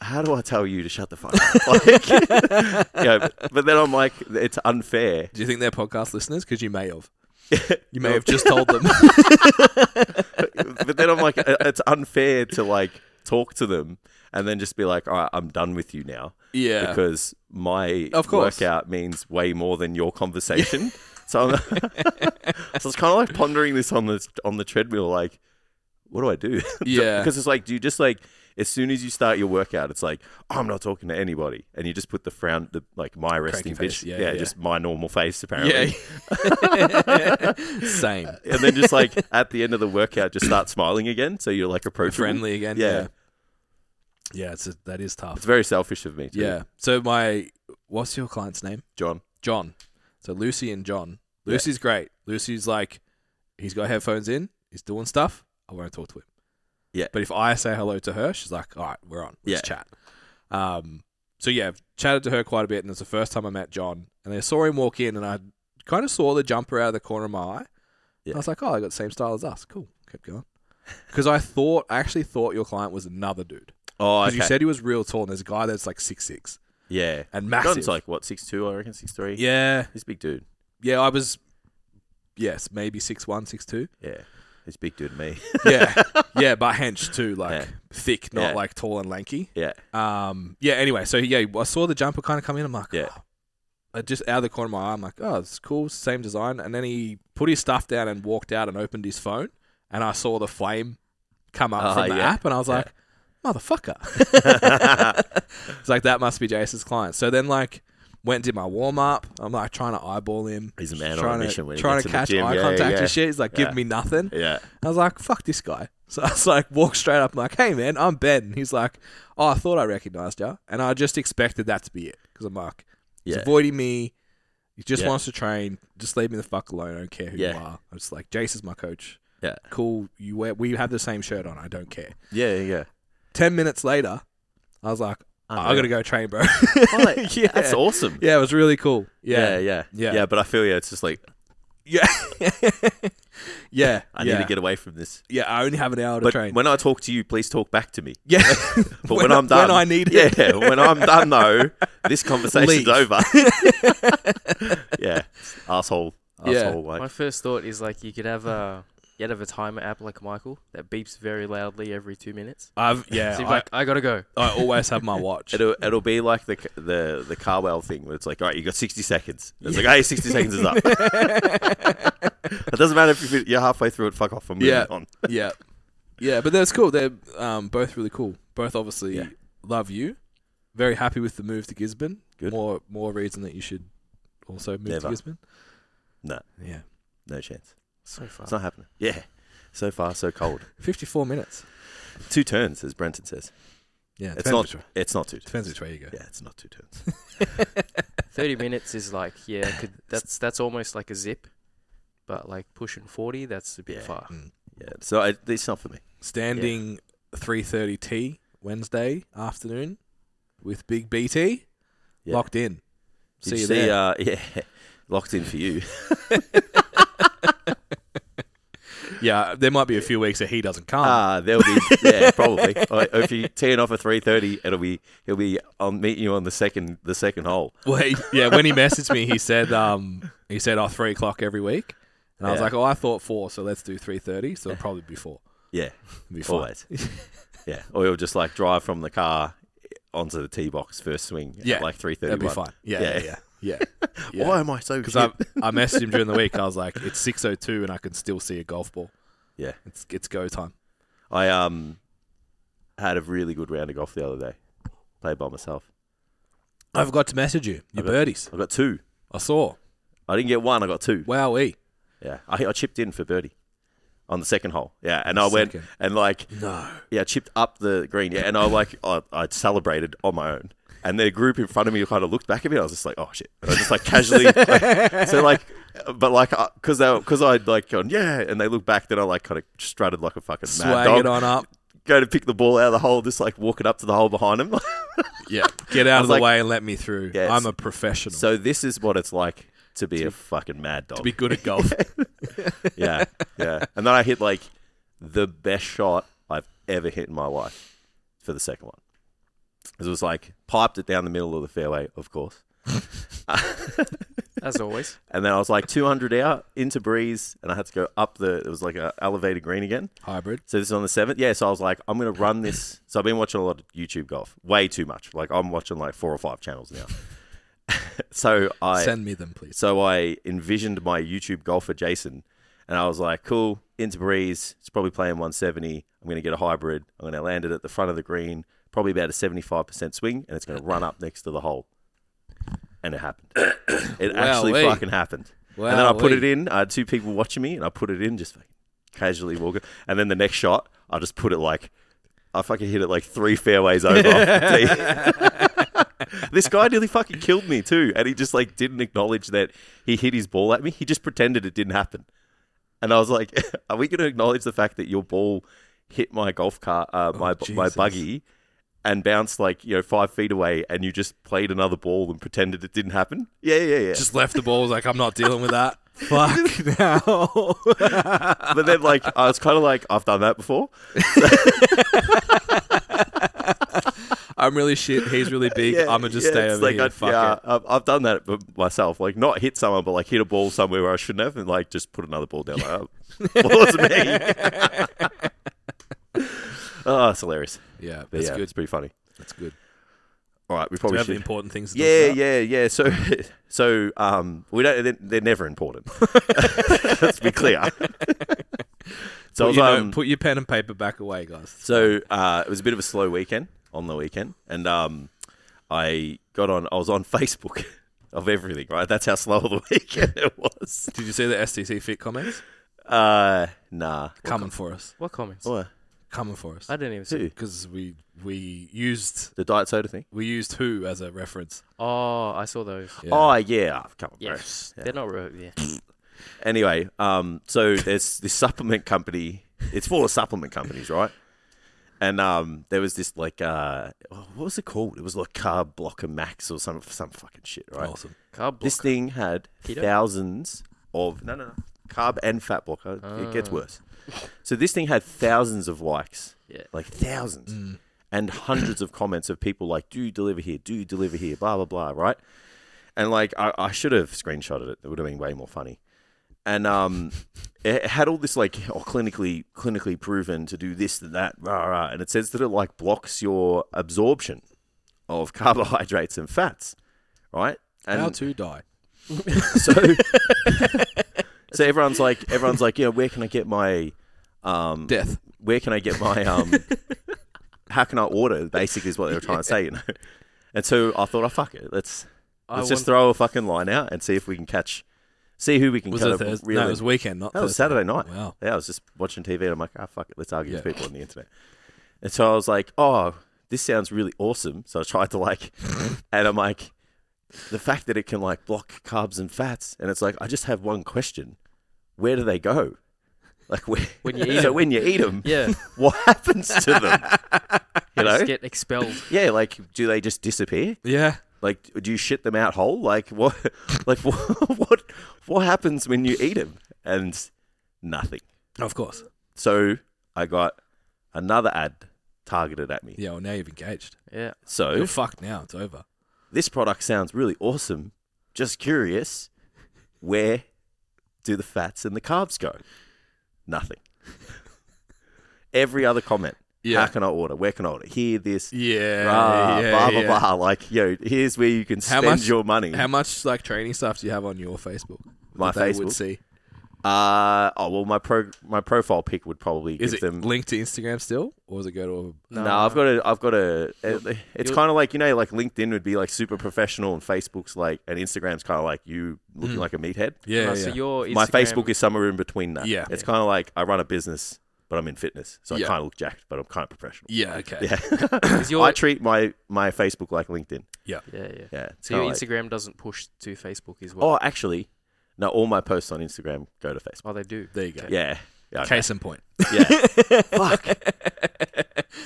how do I tell you to shut the fuck up like yeah but, but then I'm like it's unfair do you think they're podcast listeners? Because you may have. You may No. have just told them. but then I'm like it- it's unfair to like talk to them and then just be like all right I'm done with you now yeah. because my Of course. workout means way more than your conversation. So, I'm, so I was kind of like pondering this on the on the treadmill, like, what do I do? Yeah. because it's like, do you just like as soon as you start your workout, it's like I'm not talking to anybody, and you just put the frown, the like my resting face, bitch, yeah, yeah, yeah. just my normal face apparently. Yeah. Same. and then just like at the end of the workout, just start smiling again, so you're like approachable. Friendly again. Yeah. Yeah. Yeah, it's a, that is tough. It's very selfish of me. Too. yeah. So my what's your client's name? John. John. So Lucy and John. Yeah. Lucy's great. Lucy's like, he's got headphones in, he's doing stuff. I won't talk to him. Yeah. But if I say hello to her, she's like, all right, we're on. Let's chat. Um, so yeah, I've chatted to her quite a bit, and it's the first time I met John. And I saw him walk in, and I kind of saw the jumper out of the corner of my eye. Yeah. I was like, oh, they got the same style as us. Cool. Kept going. Because I thought, I actually thought your client was another dude. Oh, Because okay. you said he was real tall, and there's a guy that's like six six yeah. and massive. John's like what six two, I reckon six three. yeah, he's a big dude. yeah, I was, yes, maybe six one, six two. Yeah, he's a big dude to me. Yeah, yeah, but hench too, like Yeah. thick, not Yeah. like tall and lanky. yeah, Um, yeah. Anyway, so yeah, I saw the jumper kind of come in. I'm like, Yeah. oh. I just out of the corner of my eye, I'm like, oh, it's cool, same design. And then he put his stuff down and walked out and opened his phone, and I saw the flame come up Ah, from the yeah. app, and I was Yeah. like, motherfucker. it's like that must be Jason's client. So then like. Went and did my warm up. I'm like trying to eyeball him. He's a man on trying a to- mission when he trying gets to in the catch gym. eye Yeah, contact yeah. and shit. He's like, give Yeah. me nothing. yeah. I was like, fuck this guy. So I was like, walk straight up, like, hey man, I'm Ben. And he's like, oh, I thought I recognized you. And I just expected that to be it because I'm like, he's Yeah. avoiding me. He just Yeah. wants to train. Just leave me the fuck alone. I don't care who you Yeah. are. I'm just like, Jace is my coach. Yeah. Cool. You wear, we have the same shirt on. I don't care. Yeah, yeah. 10 minutes later, I was like, I gotta go train, bro. yeah. That's awesome. yeah, it was really cool. Yeah, Yeah. yeah, Yeah. yeah. but I feel yeah. It's just like Yeah. yeah. I yeah. need to get away from this. Yeah, I only have an hour to But train. when I talk to you, please talk back to me. yeah. But when, I'm done, When I need yeah, it. when I'm done though, this conversation's Leave. over. yeah, asshole, asshole. Yeah. My Like. first thought is like you could have a you could have a timer app like Michael that beeps very loudly every two minutes. I've yeah. So you're I, like, I gotta go. I always have my watch. It'll it'll be like the the the Carwell thing where it's like, all right, you got sixty seconds. It's like, hey, sixty seconds is up. it doesn't matter if you- you're halfway through it. Fuck off. I'm moving Yeah. on. yeah, yeah. But that's cool. They're um, both really cool. Both obviously Yeah. love you. Very happy with the move to Gisborne. Good. More more reason that you should also move to Never. Gisborne. No. Yeah. No chance. So far. It's not happening. Yeah. So far, so cold. Fifty four minutes. Two turns, as Brenton says. Yeah. It's depends not. Which way, It's not two. Turns. depends which way you go. Yeah, it's not two turns. Thirty minutes is like yeah, could, that's that's almost like a zip, but like pushing forty, that's a bit Yeah. far. Mm. Yeah. So I, it's not for me. Standing three thirty T Wednesday afternoon with Big BT Yeah. locked in. Did see you you see, there. Uh, yeah. Locked in for you. yeah, there might be a few weeks that he doesn't come. Ah, there'll be yeah, probably. Or if you teeing off at three thirty, it'll be he'll be. I'll meet you on the second the second hole. Well, he, yeah, when he messaged me, he said, um, he said, oh, three o'clock every week, and I was Yeah. like, oh, I thought four, so let's do three thirty. So it'll probably be four. Yeah, It'll be fine. always. yeah, or he'll just like drive from the car onto the tee box first swing. Yeah, at like three thirty. That'd be fine. Yeah, yeah, yeah, yeah. yeah. Why am I so? Because shit? I I messaged him during the week. I was like, it's six oh two, and I can still see a golf ball. Yeah. it's it's go time. I um had a really good round of golf the other day. Played by myself. I forgot to message you. Your Okay. birdies. I got two. I saw. e. I didn't get one. I got two. Wowee. Yeah, I, I chipped in for birdie on the second hole. Yeah, and I went Second. and like No. yeah, chipped up the green. Yeah, and I like I, I celebrated on my own. And the group in front of me kind of looked back at me. And I was just like, "Oh shit!" And I just like casually, like, so like, but like, because they because I'd like gone yeah, and they looked back. Then I like kind of strutted like a fucking mad Swag dog, it on up. go to pick the ball out of the hole, just like walking up to the hole behind him. Yeah, get out of the like- way and let me through. Yeah, I'm it's- a professional. So this is what it's like to be a fucking mad dog. be good at golf. yeah, yeah. And then I hit like the best shot I've ever hit in my life for the second one. 'Cause It was like piped it down the middle of the fairway, of course. As always, And then I was like 200 out into breeze, and I had to go up the. It was like a elevated green again. Hybrid. So this is on the seventh. Yeah. So I was like, I'm gonna run this. So I've been watching a lot of YouTube golf, way too much. Like I'm watching like four or five channels now. so I Send me them, please. so I envisioned my YouTube golfer Jason, and I was like, cool, into breeze. It's probably playing 170. I'm going to get a hybrid. I'm going to land it at the front of the green, probably about a 75% swing, and it's going to run up next to the hole. And it happened. It actually Wowee. fucking happened. and then I put Wowee. it in. I had two people watching me, and I put it in just fucking casually walking. And then the next shot, I just put it like. I fucking hit it like three fairways over. this guy nearly fucking killed me too, and he just like didn't acknowledge that he hit his ball at me. He just pretended it didn't happen, and I was like, "Are we going to acknowledge the fact that your ball hit my golf cart, uh, my my Jesus. buggy, and bounced like you know five feet away, and you just played another ball and pretended it didn't happen?" Yeah, yeah, yeah. Just left the ball. Was like, I'm not dealing with that. Fuck now. but then like I was kind of like, "I've done that before." I'm really shit. He's really big. I'm gonna just yeah, stay it's over like here. I, Fuck yeah, it. I've, I've done that b- myself. Like not hit someone, but like hit a ball somewhere where I shouldn't have, and like just put another ball down. Like, oh, wasn't me. oh, it's hilarious. Yeah, But that's yeah, good. It's pretty funny. That's good. All right, we Do we probably have the should. important things? To Yeah, talk yeah, yeah. So, so um, we don't. They're, they're never important. Let's be clear. so, I about? Put, was, your note- um, put your pen and paper back away, guys. So uh, it was a bit of a slow weekend on the weekend, and um, I got on. I was on Facebook of everything. Right, that's how slow the weekend it was. Did you see the STC fit comments? Uh, nah. Coming for us. What comments? What? Coming for us. I didn't even see. Who? Because we we used The diet soda thing? we used who as a reference. Oh, I saw those. Yeah. Oh yeah, oh, come on, bro. Yes, they're not real. Yeah. Anyway, um, so there's this supplement company. It's full of supplement companies, right? And um, there was this like, uh, oh, what was it called? It was like Carb Blocker Max or some some fucking shit, right? Awesome. Carb This block. thing had Keto? thousands of no, Ah. no, no, carb and fat blocker. It gets worse. So this thing had thousands of likes, Yeah. like thousands, and hundreds of comments of people like, "Do you deliver here? Do you deliver here?" Blah blah blah. Right? And like, I, I should have screenshotted it. It would have been way more funny. And um, it had all this like, oh, clinically clinically proven to do this and that, rah rah. And it says that it like blocks your absorption of carbohydrates and fats, right? And How to die? so, so everyone's like, everyone's like, yeah, where can I get my, um, Death. where can I get my, um, how can I order? Basically, is what they were trying to say, you know. And so I thought, oh fuck it, let's I let's just want- throw a fucking line out and see if we can catch, see who we can Was kind it of Thursday? reel No, it in. was weekend, not That was Thursday. Saturday night. Wow. Yeah, I was just watching TV and I'm like, ah, fuck it, let's argue with Yeah. people on the internet. And so I was like, oh, this sounds really awesome. So I tried to like, and I'm like, the fact that it can like block carbs and fats, and it's like, I just have one question: where do they go? Like where, When you eat so 'em. when you eat them, Yeah. what happens to them? You Just know, get expelled. yeah, like do they just disappear? Yeah. Like do you shit them out whole? Like what? Like what? What, what happens when you eat them? And nothing. Of course. So I got another ad targeted at me. Yeah. Well, now you've engaged. Yeah. So You're fucked now. It's over. this product sounds really awesome. Just curious, where do the fats and the carbs go? Nothing. Every other comment. Yeah. How can I order? Where can I order? Here, this, Yeah. rah, yeah, blah, blah, yeah. blah. Like, yo, here's where you can How spend much- your money. How much like training stuff do you have on your Facebook? My that They would Facebook? see. uh, oh, well, my pro- my profile pic would probably Is give it them. linked to Instagram still, or does it go to? No, I've got a, I've got a. it- It's you'll- kind of like you know, like LinkedIn would be like super professional, and Facebook's like, and Instagram's kind of like you looking like a meathead. A, yeah. No, yeah. So yeah. your Hmm. Instagram, My Facebook is somewhere in between that. Yeah. it's kind of like I run a business, but I'm in fitness, so Yeah. I kind of look jacked, but I'm kind of professional. yeah. Okay. Yeah, is your, I treat my my Facebook like LinkedIn. yeah, yeah. Yeah, it's So kinda your like- Instagram doesn't push to Facebook as well. oh, actually, no, all my posts on Instagram go to Facebook. Oh, they do. There you go. Yeah, yeah, okay. Case in point. yeah.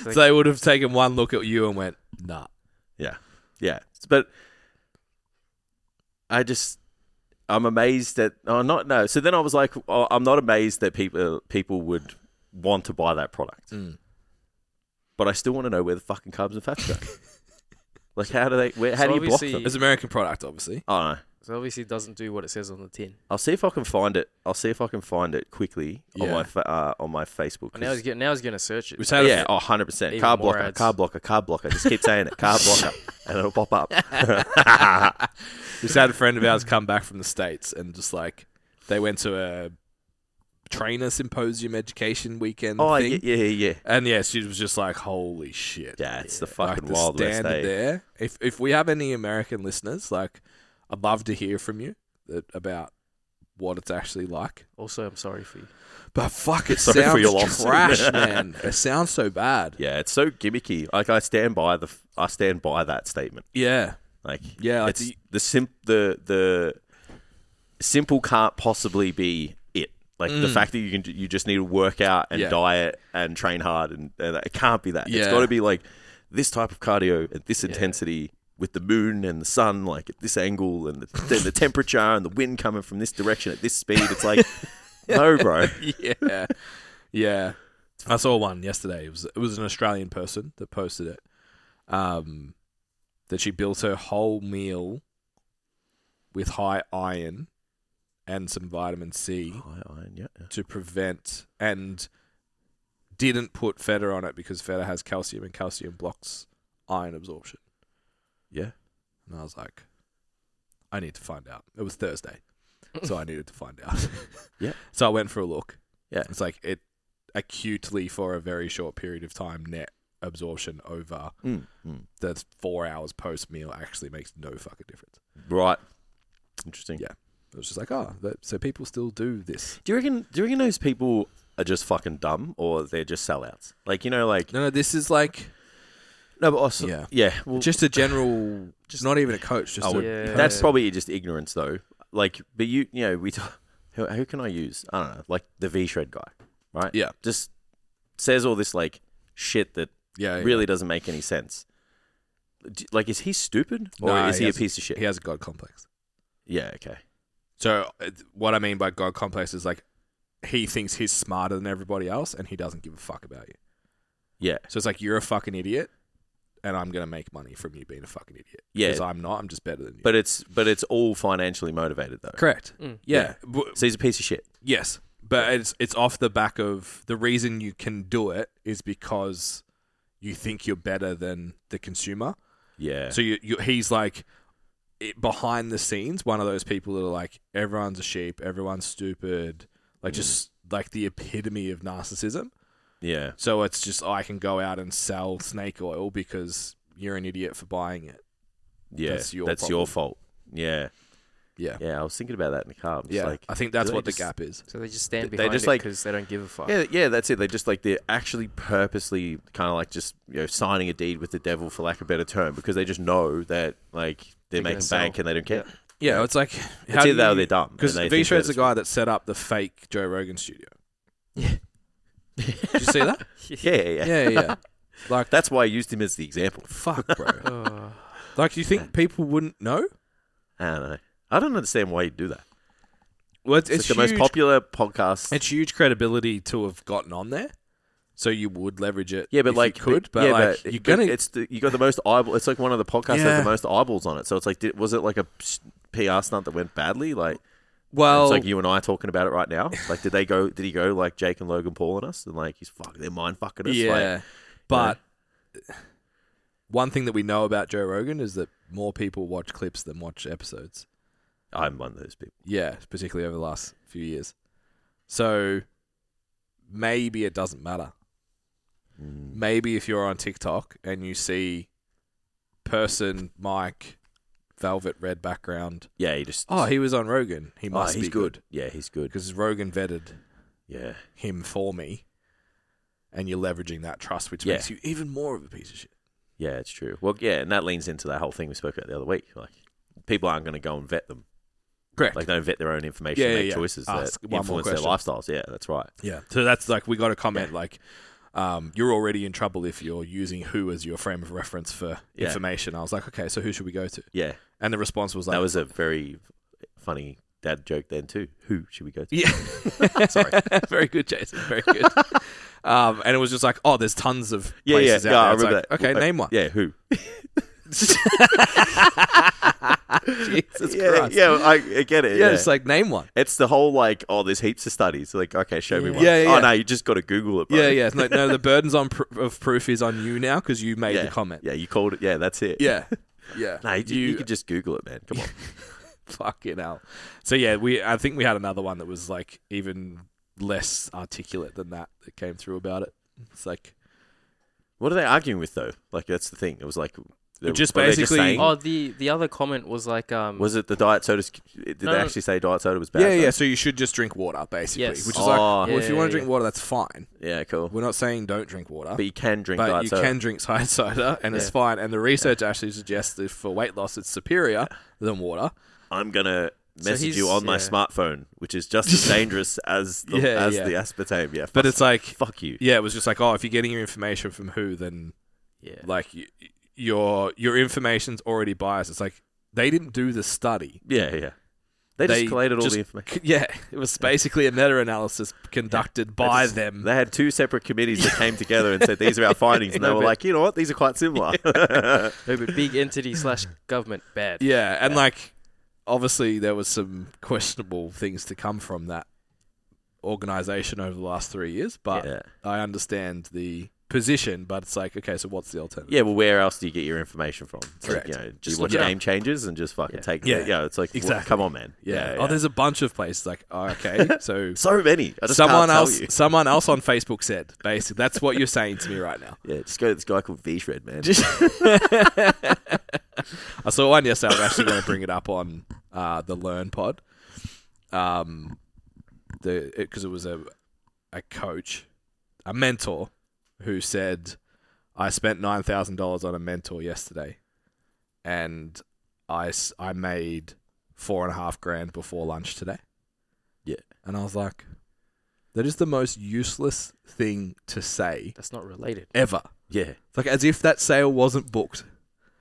So they would have taken one look at you and went, "Nah." Yeah. Yeah. But I just I'm amazed that oh not no. So then I was like oh, I'm not amazed that people people would want to buy that product. Mm. But I still want to know where the fucking carbs and fats go. like how do they where how So do you block obviously- them? It's American product, obviously. Oh no. So obviously, it doesn't do what it says on the tin. I'll see if I can find it. I'll see if I can find it quickly on Yeah. my fa- uh, on my Facebook. And now he's 'cause- getting, now he's going to search it. We say yeah, oh, 100%. Even Car more blocker, ads. car blocker, car blocker. Just keep saying it. Car blocker. And it'll pop up. We just had a friend of ours come back from the states and just like they went to a trainer symposium education weekend Oh, thing. yeah, yeah, yeah. yeah. And yeah, she was just like, "Holy shit!" Yeah, it's the Like, fucking Wild West. standard eh? there. If if we have any American listeners, like, I'd love to hear from you that, about what it's actually like. Also, I'm sorry for you. But fuck, it Sorry for sounds your loss. trash, man. It sounds so bad. Yeah, it's so gimmicky. Like I stand by the I stand by that statement. Yeah, Like yeah. Like it's the- the sim the the simple can't possibly be it. Like the Mm. fact that you can you just need to work out and Yeah. diet and train hard and, and it can't be that. It's Yeah. got to be like this type of cardio at this intensity with the moon and the sun like at this angle and the, the, the temperature and the wind coming from this direction at this speed. It's like no, bro. yeah, yeah. I saw one yesterday. It was it was an Australian person that posted it. Um, that she built her whole meal with high iron and some vitamin C High iron, yeah. to prevent and didn't put feta on it because feta has calcium and calcium blocks iron absorption. Yeah. And I was like, I need to find out. It was Thursday, so I needed to find out. Yeah. So I went for a look. Yeah. It's like it acutely for a very short period of time net absorption over Mm, mm. the four hours post meal actually makes no fucking difference. Right. Interesting. Yeah. It was just like, oh, that, so people still do this. Do you reckon? Do you reckon those people are just fucking dumb, or they're just sellouts? Like you know, like No, no, this is like no, but also, yeah, Yeah. well, just a general, just not even a coach, just Oh, a yeah. that's probably just ignorance, though. Like, but you, you know, we t- who, who can I use? I don't know, like the V shred guy, right? Yeah. just says all this like shit that Oh, yeah, yeah. really doesn't make any sense. D- Like, is he stupid or No, is he, he a has- piece of shit? He has a god complex. Yeah, okay. So uh, what I mean by god complex is like he thinks he's smarter than everybody else, and he doesn't give a fuck about you. Yeah, So it's like you're a fucking idiot, and I'm gonna make money from you being a fucking idiot. yeah. because I'm not. I'm just better than you. but it's but it's all financially motivated though. correct. Mm. Yeah. W- So he's a piece of shit. Yes, but it's it's off the back of the reason you can do it is because you think you're better than the consumer. Yeah. So you, you, he's like it, behind the scenes, one of those people that are like, everyone's a sheep, everyone's stupid, Mm. like just like the epitome of narcissism. yeah. So it's just I can go out and sell snake oil because you're an idiot for buying it. Yeah, That's your fault. Yeah, Yeah, yeah. yeah. I was thinking about that in the car. I'm just like, I think that's do they what the just- gap is. So they just stand They behind just, it like- because they don't give a fuck. yeah, yeah. That's it. They just like they're actually purposely kind of like just you know signing a deed with the devil for lack of a better term because they just know that like they're, They're gonna making bank sell. and they don't care. Yeah, it's like It's either that or they're dumb. and because they V think that Shred's the it's- guy that set up the fake Joe Rogan studio. Did you see that? Yeah, yeah, yeah, yeah, yeah. Like That's why I used him as the example. fuck, bro. Oh, like, do you think people wouldn't know? I don't know. I don't understand why you'd do that. Well, it's, It's, like the most popular podcast. It's huge credibility to have gotten on there, so you would leverage it. yeah, but if like, you could, but yeah, like but you're it- gonna. It's the, you got the most eyeball. It's like one of the podcasts that Yeah. has the most eyeballs on it. So it's like, did, was it like a PR stunt that went badly? Like, well, it's like you and I talking about it right now. Like, did they go? Did he go like Jake and Logan Paul on us? And like, he's fuck, they're mind fucking us. Like, yeah, but one thing that we know about Joe Rogan is that more people watch clips than watch episodes. I'm one of those people. Yeah, particularly over the last few years. So maybe it doesn't matter. Mm. Maybe if you're on TikTok and you see person Mike velvet red background. Yeah, he just. Oh, he was on Rogan. He oh, must he's be good. Yeah, he's good. because Rogan vetted Yeah, him for me, and you're leveraging that trust, which Yeah. makes you even more of a piece of shit. yeah, it's true. Well, yeah, and that leans into that whole thing we spoke about the other week. Like, people aren't going to go and vet them. Correct. Like, they don't vet their own information. Yeah, and yeah, make yeah. choices Ask that one more influence their question. lifestyles. Yeah, that's right. yeah. So that's like we got a comment like, um, you're already in trouble if you're using who as your frame of reference for Yeah. information. I was like, okay, so who should we go to? Yeah, And the response was like, that was a very funny dad joke then too. Who should we go to? yeah, sorry, very good, Jason, very good. um, and it was just like, oh, there's tons of Yeah, yeah, places yeah, I out there. It's remember like, that. Okay, Like, name one. Yeah, who? Jesus yeah, Christ. yeah, I, I get it. Yeah, Yeah, it's like name one. It's the whole like, oh, there's heaps of studies. Like, okay, show me Yeah. one. Yeah, yeah, Oh yeah. no, you just got to Google it. Bro. Yeah, yeah. No, no the burden's on pr- of proof is on you now because you made yeah. the comment. Yeah, you called it. Yeah, that's it. Yeah, yeah. No, you, you, You- could just Google it, man. Come on. Fucking hell. So yeah, we I think we had another one that was like even less articulate than that that came through about it. It's like what are they arguing with though? Like, that's the thing. It was like, they- Just were they basically- saying- Oh, the the other comment was like, um, was it the diet soda? Did No, they no. actually say diet soda was bad? yeah, yeah. though? So you should just drink water, basically. Yes. Which is Oh, like, well, if you Yeah, yeah, want to drink yeah. water, that's fine. yeah, cool. We're not saying don't drink water, But you can drink but diet you soda. can drink diet soda, and it's Yeah. fine. And the research actually suggests that for weight loss, it's superior than water. I'm gonna So message he's- you on my yeah. smartphone, which is just as dangerous as the, Yeah, as yeah. the aspartame. Yeah, But it's like, fuck you. yeah, it was just like, oh, if you're getting your information from who, then yeah, like y- y- your your information's already biased. It's like they didn't do the study. Yeah, yeah. They, They just collated all just the information. C- Yeah, it was basically a meta-analysis conducted They by just- them. They had two separate committees that came together and said these are our findings, and they No, were but- like, you know what, these are quite similar. no, but big entity slash government bad. yeah, and like obviously there was some questionable things to come from that organization over the last 3 years, but yeah. I understand the position, but it's like okay, so what's the alternative? Yeah, well, where else do you get your information from? It's Correct. Like, you know, just Just you watch look it name changes and just fucking Yeah. take. Yeah. Yeah, yeah. It's like, well, Exactly. come on, man. Yeah. Oh, there's a bunch of places like oh, okay, so so many. I just someone can't tell else you. someone else on Facebook said basically that's what you're saying to me right now. Yeah, just go to this guy called V Shred, man. I saw one yesterday. I'm actually going to bring it up on uh, the Learn Pod. Um, the because it, was a a coach, a mentor, who said, "I spent nine thousand dollars on a mentor yesterday, and I s- I made four and a half grand before lunch today." Yeah. and I was like, "That is the most useless thing to say That's not related. ever." yeah, It's like as if that sale wasn't booked.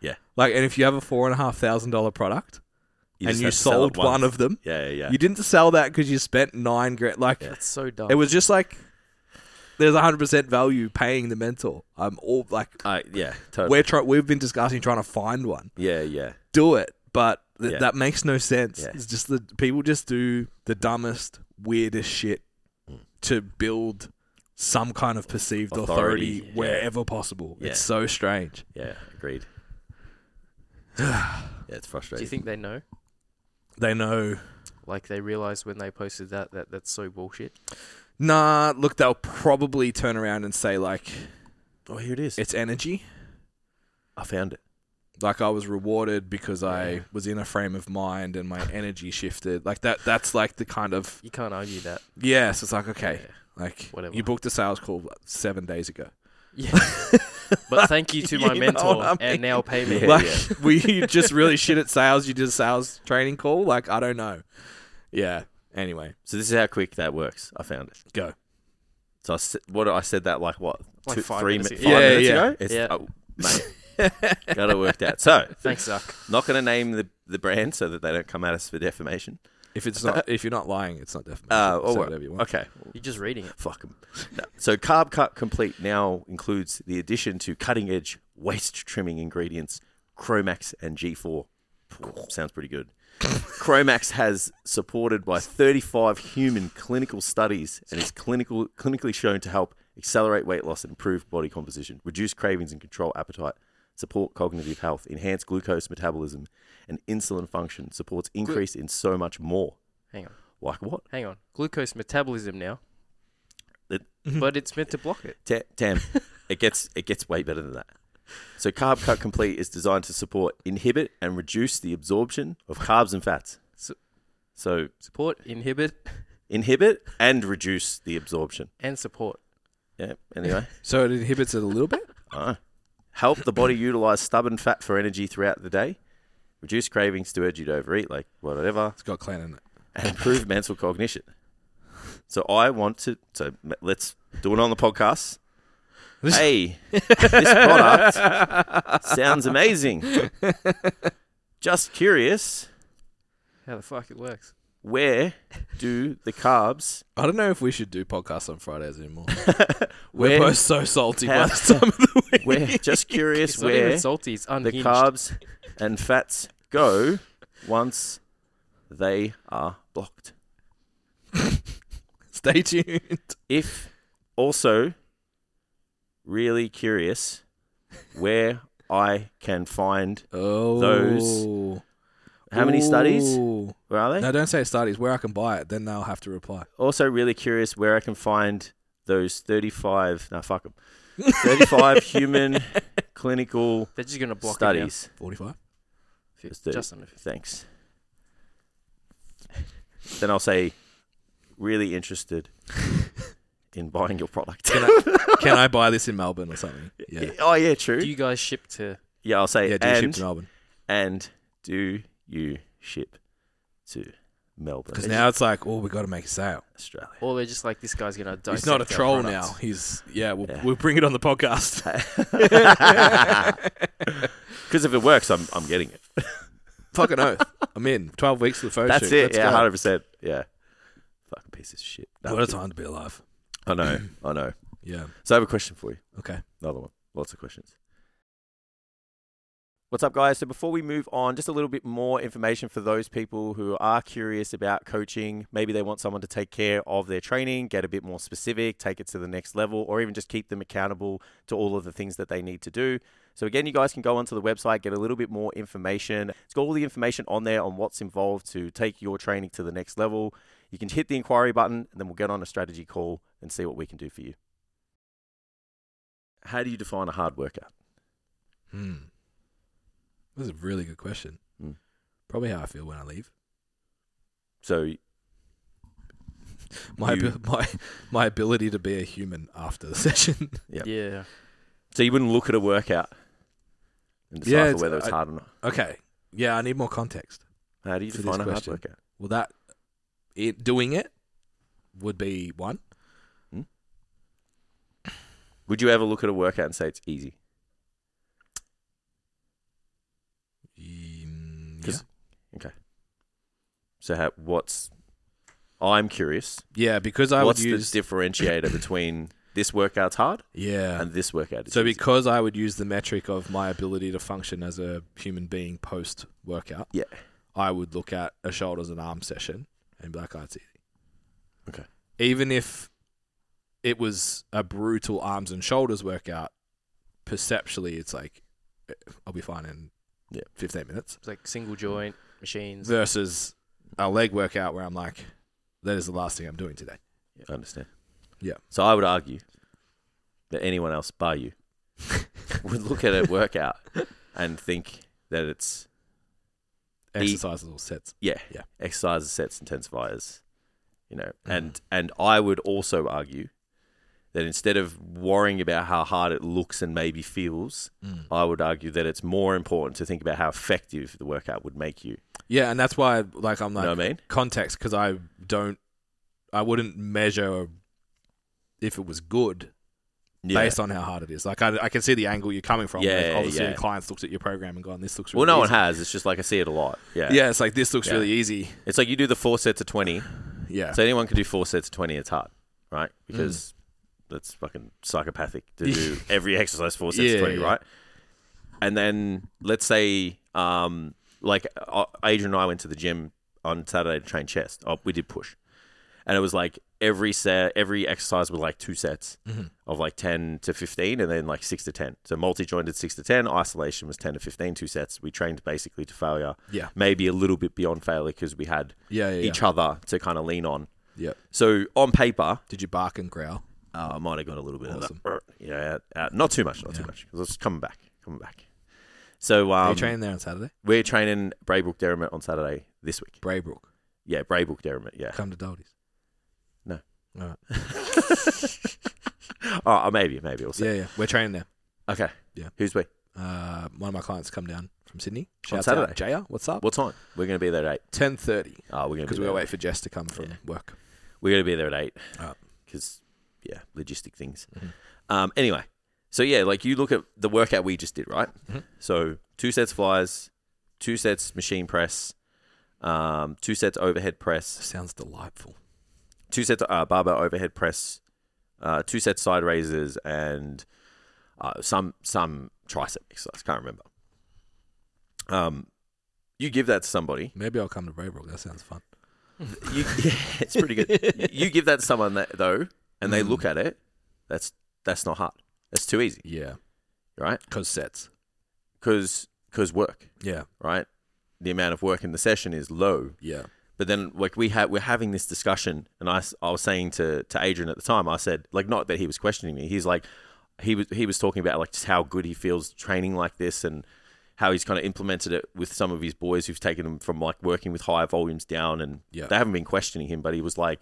Yeah. Like, and if you have a four and a half thousand dollar product and just you have to sell sold it once. one of them, Yeah, yeah, yeah. you didn't sell that because you spent nine grand. Like, Yeah. That's so dumb. it was just like there's hundred percent value paying the mentor. I'm all like, Uh, yeah, totally. we're try- we've been discussing trying to find one. yeah, yeah. Do it, but th- Yeah. that makes no sense. Yeah. It's just that people just do the dumbest, weirdest shit to build some kind of perceived authority, Hmm. Authority, yeah. wherever possible. Yeah. It's so strange. Yeah, agreed. yeah, it's Do frustrating. you think they know? They know Like they realized when they posted that that that's so bullshit. Nah, look, they'll probably turn around and say like oh, here it is. it's energy. I found it. Like I was rewarded because Yeah. I was in a frame of mind and my energy shifted. Like that. That's like the kind of You can't argue that. yes. It's like okay, like Whatever. You booked a sales call like, seven days ago. Yeah. but thank you to my You know what mentor I mean? and now pay me. Yeah, like, were you just really shit at sales? You did a sales training call. Like I don't know. Yeah. Anyway, So this is how quick that works. I found it. go. So I s- what I said that like what Like two, five three minutes mi- ago. five Yeah, minutes yeah. ago. It's, Yeah. oh, mate, got it worked out. So Thanks, Zuck. not going to name the, the brand so that they don't come at us for defamation. If it's not, if you're not lying, it's not defamation. Uh, Say oh, well, whatever you want. okay, You're just reading it. fuck 'em. No. So carb cut complete now includes the addition to cutting edge waist trimming ingredients Chromax and G4. Ooh, Sounds pretty good. Chromax has supported by 35 human clinical studies and is clinical, clinically shown to help accelerate weight loss and improve body composition, reduce cravings and control appetite, support cognitive health, enhance glucose metabolism and insulin function, supports increase in so much more. Hang on. Like what? Hang on. Glucose metabolism now. It- but it's meant to block it. Ta- Tam, it gets it gets way better than that. So carb cut complete is designed to support, inhibit, and reduce the absorption of carbs and fats. So- So Support, inhibit, inhibit and reduce the absorption. and support. Yeah. Anyway, So it inhibits it a little bit. Ah. help the body utilize stubborn fat for energy throughout the day, reduce cravings to urge you to overeat, like whatever, It's got clan in it. and improve mental cognition. So I want to. So m- let's do it on the podcast. Hey, this product sounds amazing. Just curious. How the fuck it works. Where do the carbs? I don't know if we should do podcasts on Fridays anymore. We're where, both so salty by How- the time of the week. where? Just curious. It's not where even salty. It's the unhinged. carbs and fats go once they are blocked. Stay tuned. If also really curious where I can find Oh, how many studies? Ooh. Where are they? No, don't say studies. Where I can buy it, then they'll have to reply. Also really curious where I can find those 35 no fuck 'em. 35 human clinical They're just gonna block It studies. Forty-five. now. Just do it. Just under fifty. Thanks. then I'll say really interested in buying your product. Can I, can I buy this in Melbourne or something? Yeah, Oh yeah, true. Do you guys ship to? yeah, I'll say yeah. Do ship and to Melbourne and do you ship to Melbourne, because now it's like, oh, we got to make a sale. Australia? Or they're just like this guy's gonna. He's not a dissect our troll products. now. He's yeah. We'll, Yeah. we'll bring it on the podcast. Because if it works, I'm I'm getting it. Fucking oath. I'm in. Twelve weeks to the photo That's shoot. it. Let's yeah, go. hundred percent. Yeah, fucking piece of shit. No, What a I'm time to be alive. kidding. I know. I know. Yeah. So I have a question for you. Okay. Another one. Lots of questions. What's up, guys? So before we move on, just a little bit more information for those people who are curious about coaching. Maybe they want someone to take care of their training, get a bit more specific, take it to the next level, or even just keep them accountable to all of the things that they need to do. So again, you guys can go onto the website, get a little bit more information. It's got all the information on there on what's involved to take your training to the next level. You can hit the inquiry button, and then we'll get on a strategy call and see what we can do for you. How do you define a hard worker? Hmm. That's a really good question. Hmm. Probably how I feel when I leave. So My You- abil- my my ability to be a human after the session. Yep. Yeah. So you wouldn't look at a workout and decipher Yeah, it's- whether it's I- hard or not. okay. Yeah, I need more context. How do you for this define a hard question. workout? Well, that it doing it would be one. Would you ever look at a workout and say it's easy? Mm, Yeah. 'Cause- So how, what's I'm curious. yeah, because I what's would use the differentiator between this workout's hard yeah. and this workout is Uh, So easy? because I would use the metric of my ability to function as a human being post workout, Yeah. I would look at a shoulders and arm session and be like, "Oh, it's easy." Okay. Even if it was a brutal arms and shoulders workout, perceptually, it's like eh, I'll be fine in Yeah. fifteen minutes. It's like single joint machines. Versus a leg workout where I'm like, "That is the last thing I'm doing today." I understand. Yeah. So I would argue that anyone else bar you would look at a workout and think that it's Exercises or sets. exercises, sets, intensifiers, you know, Mm. and and I would also argue that instead of worrying about how hard it looks and maybe feels, I would argue that it's more important to think about how effective the workout would make you. Yeah, and that's why, like, I'm You like, know what I mean? context because I don't, I wouldn't measure if it was good Yeah. based on how hard it is. Like I, I can see the angle you're coming from. Yeah, obviously yeah. the clients looked at your program and gone, this looks really well, no one easy. has. It's just like I see it a lot. Yeah. Yeah, it's like this looks Yeah. really easy. It's like you do the four sets of 20. Yeah, Mm. So anyone can do four sets of 20. It's hard, right? Because that's fucking psychopathic to do every exercise four sets Yeah, of 20, yeah. right? And then let's say, um, like, uh, Adrian and I went to the gym on Saturday to train chest. Oh, we did push. And it was like every set, every exercise was like two sets Mm-hmm. of like 10 to 15 and then like 6 to 10. So multi jointed 6 to 10, isolation was 10 to 15, two sets. We trained basically to failure, yeah, maybe a little bit beyond failure because we had yeah, yeah. yeah. each other to kind of lean on. Yep. So on paper, Did you bark and growl? uh, I might have got a little bit Awesome. of that. Yeah, uh, not too much, not too Yeah. much. Because it's coming back, coming back. So Are um, you training there on Saturday? we're training Braybrook Derrimut on Saturday this week. Braybrook, Yeah, Braybrook Derrimut. Yeah. come to Doldy's. No. All right. oh, uh, maybe, maybe we'll see. Yeah, yeah. We're training there. Okay. Yeah. Who's we? Uh, one of my clients come down from Sydney. On Shout Saturday? out, Jr. What's up? What time? We're going to be there at eight. Ten thirty. Oh, we're going to Because be we there. gotta wait for Jess to come from Yeah. work. We're going to be there at eight. Oh. Because yeah, logistic things. Mhm. Um. Anyway, so yeah, like you look at the workout Mm-hmm. we just did, right? Mhm. So two sets flies, two sets machine press, um, two sets overhead press, Sounds delightful. two sets uh, barbell overhead press, uh, two sets side raises, and uh, some some tricep exercise. Can't remember. Um, you give that to somebody. Maybe I'll come to Braybrook. That sounds fun. You, yeah, it's pretty good. you give that to someone that, though, and they look at it. That's that's not hard. That's too easy, Yeah. right? Because sets. Because because work, Yeah. right? The amount of work in the session is low. Yeah. But then, like we had, we're having this discussion, and I, s- I was saying to to Adrian at the time, I said, like, not that he was questioning me. He's like, he was he was talking about like just how good he feels training like this, and how he's kind of implemented it with some of his boys who've taken him from like working with higher volumes down, and Yeah. they haven't been questioning him, but he was like,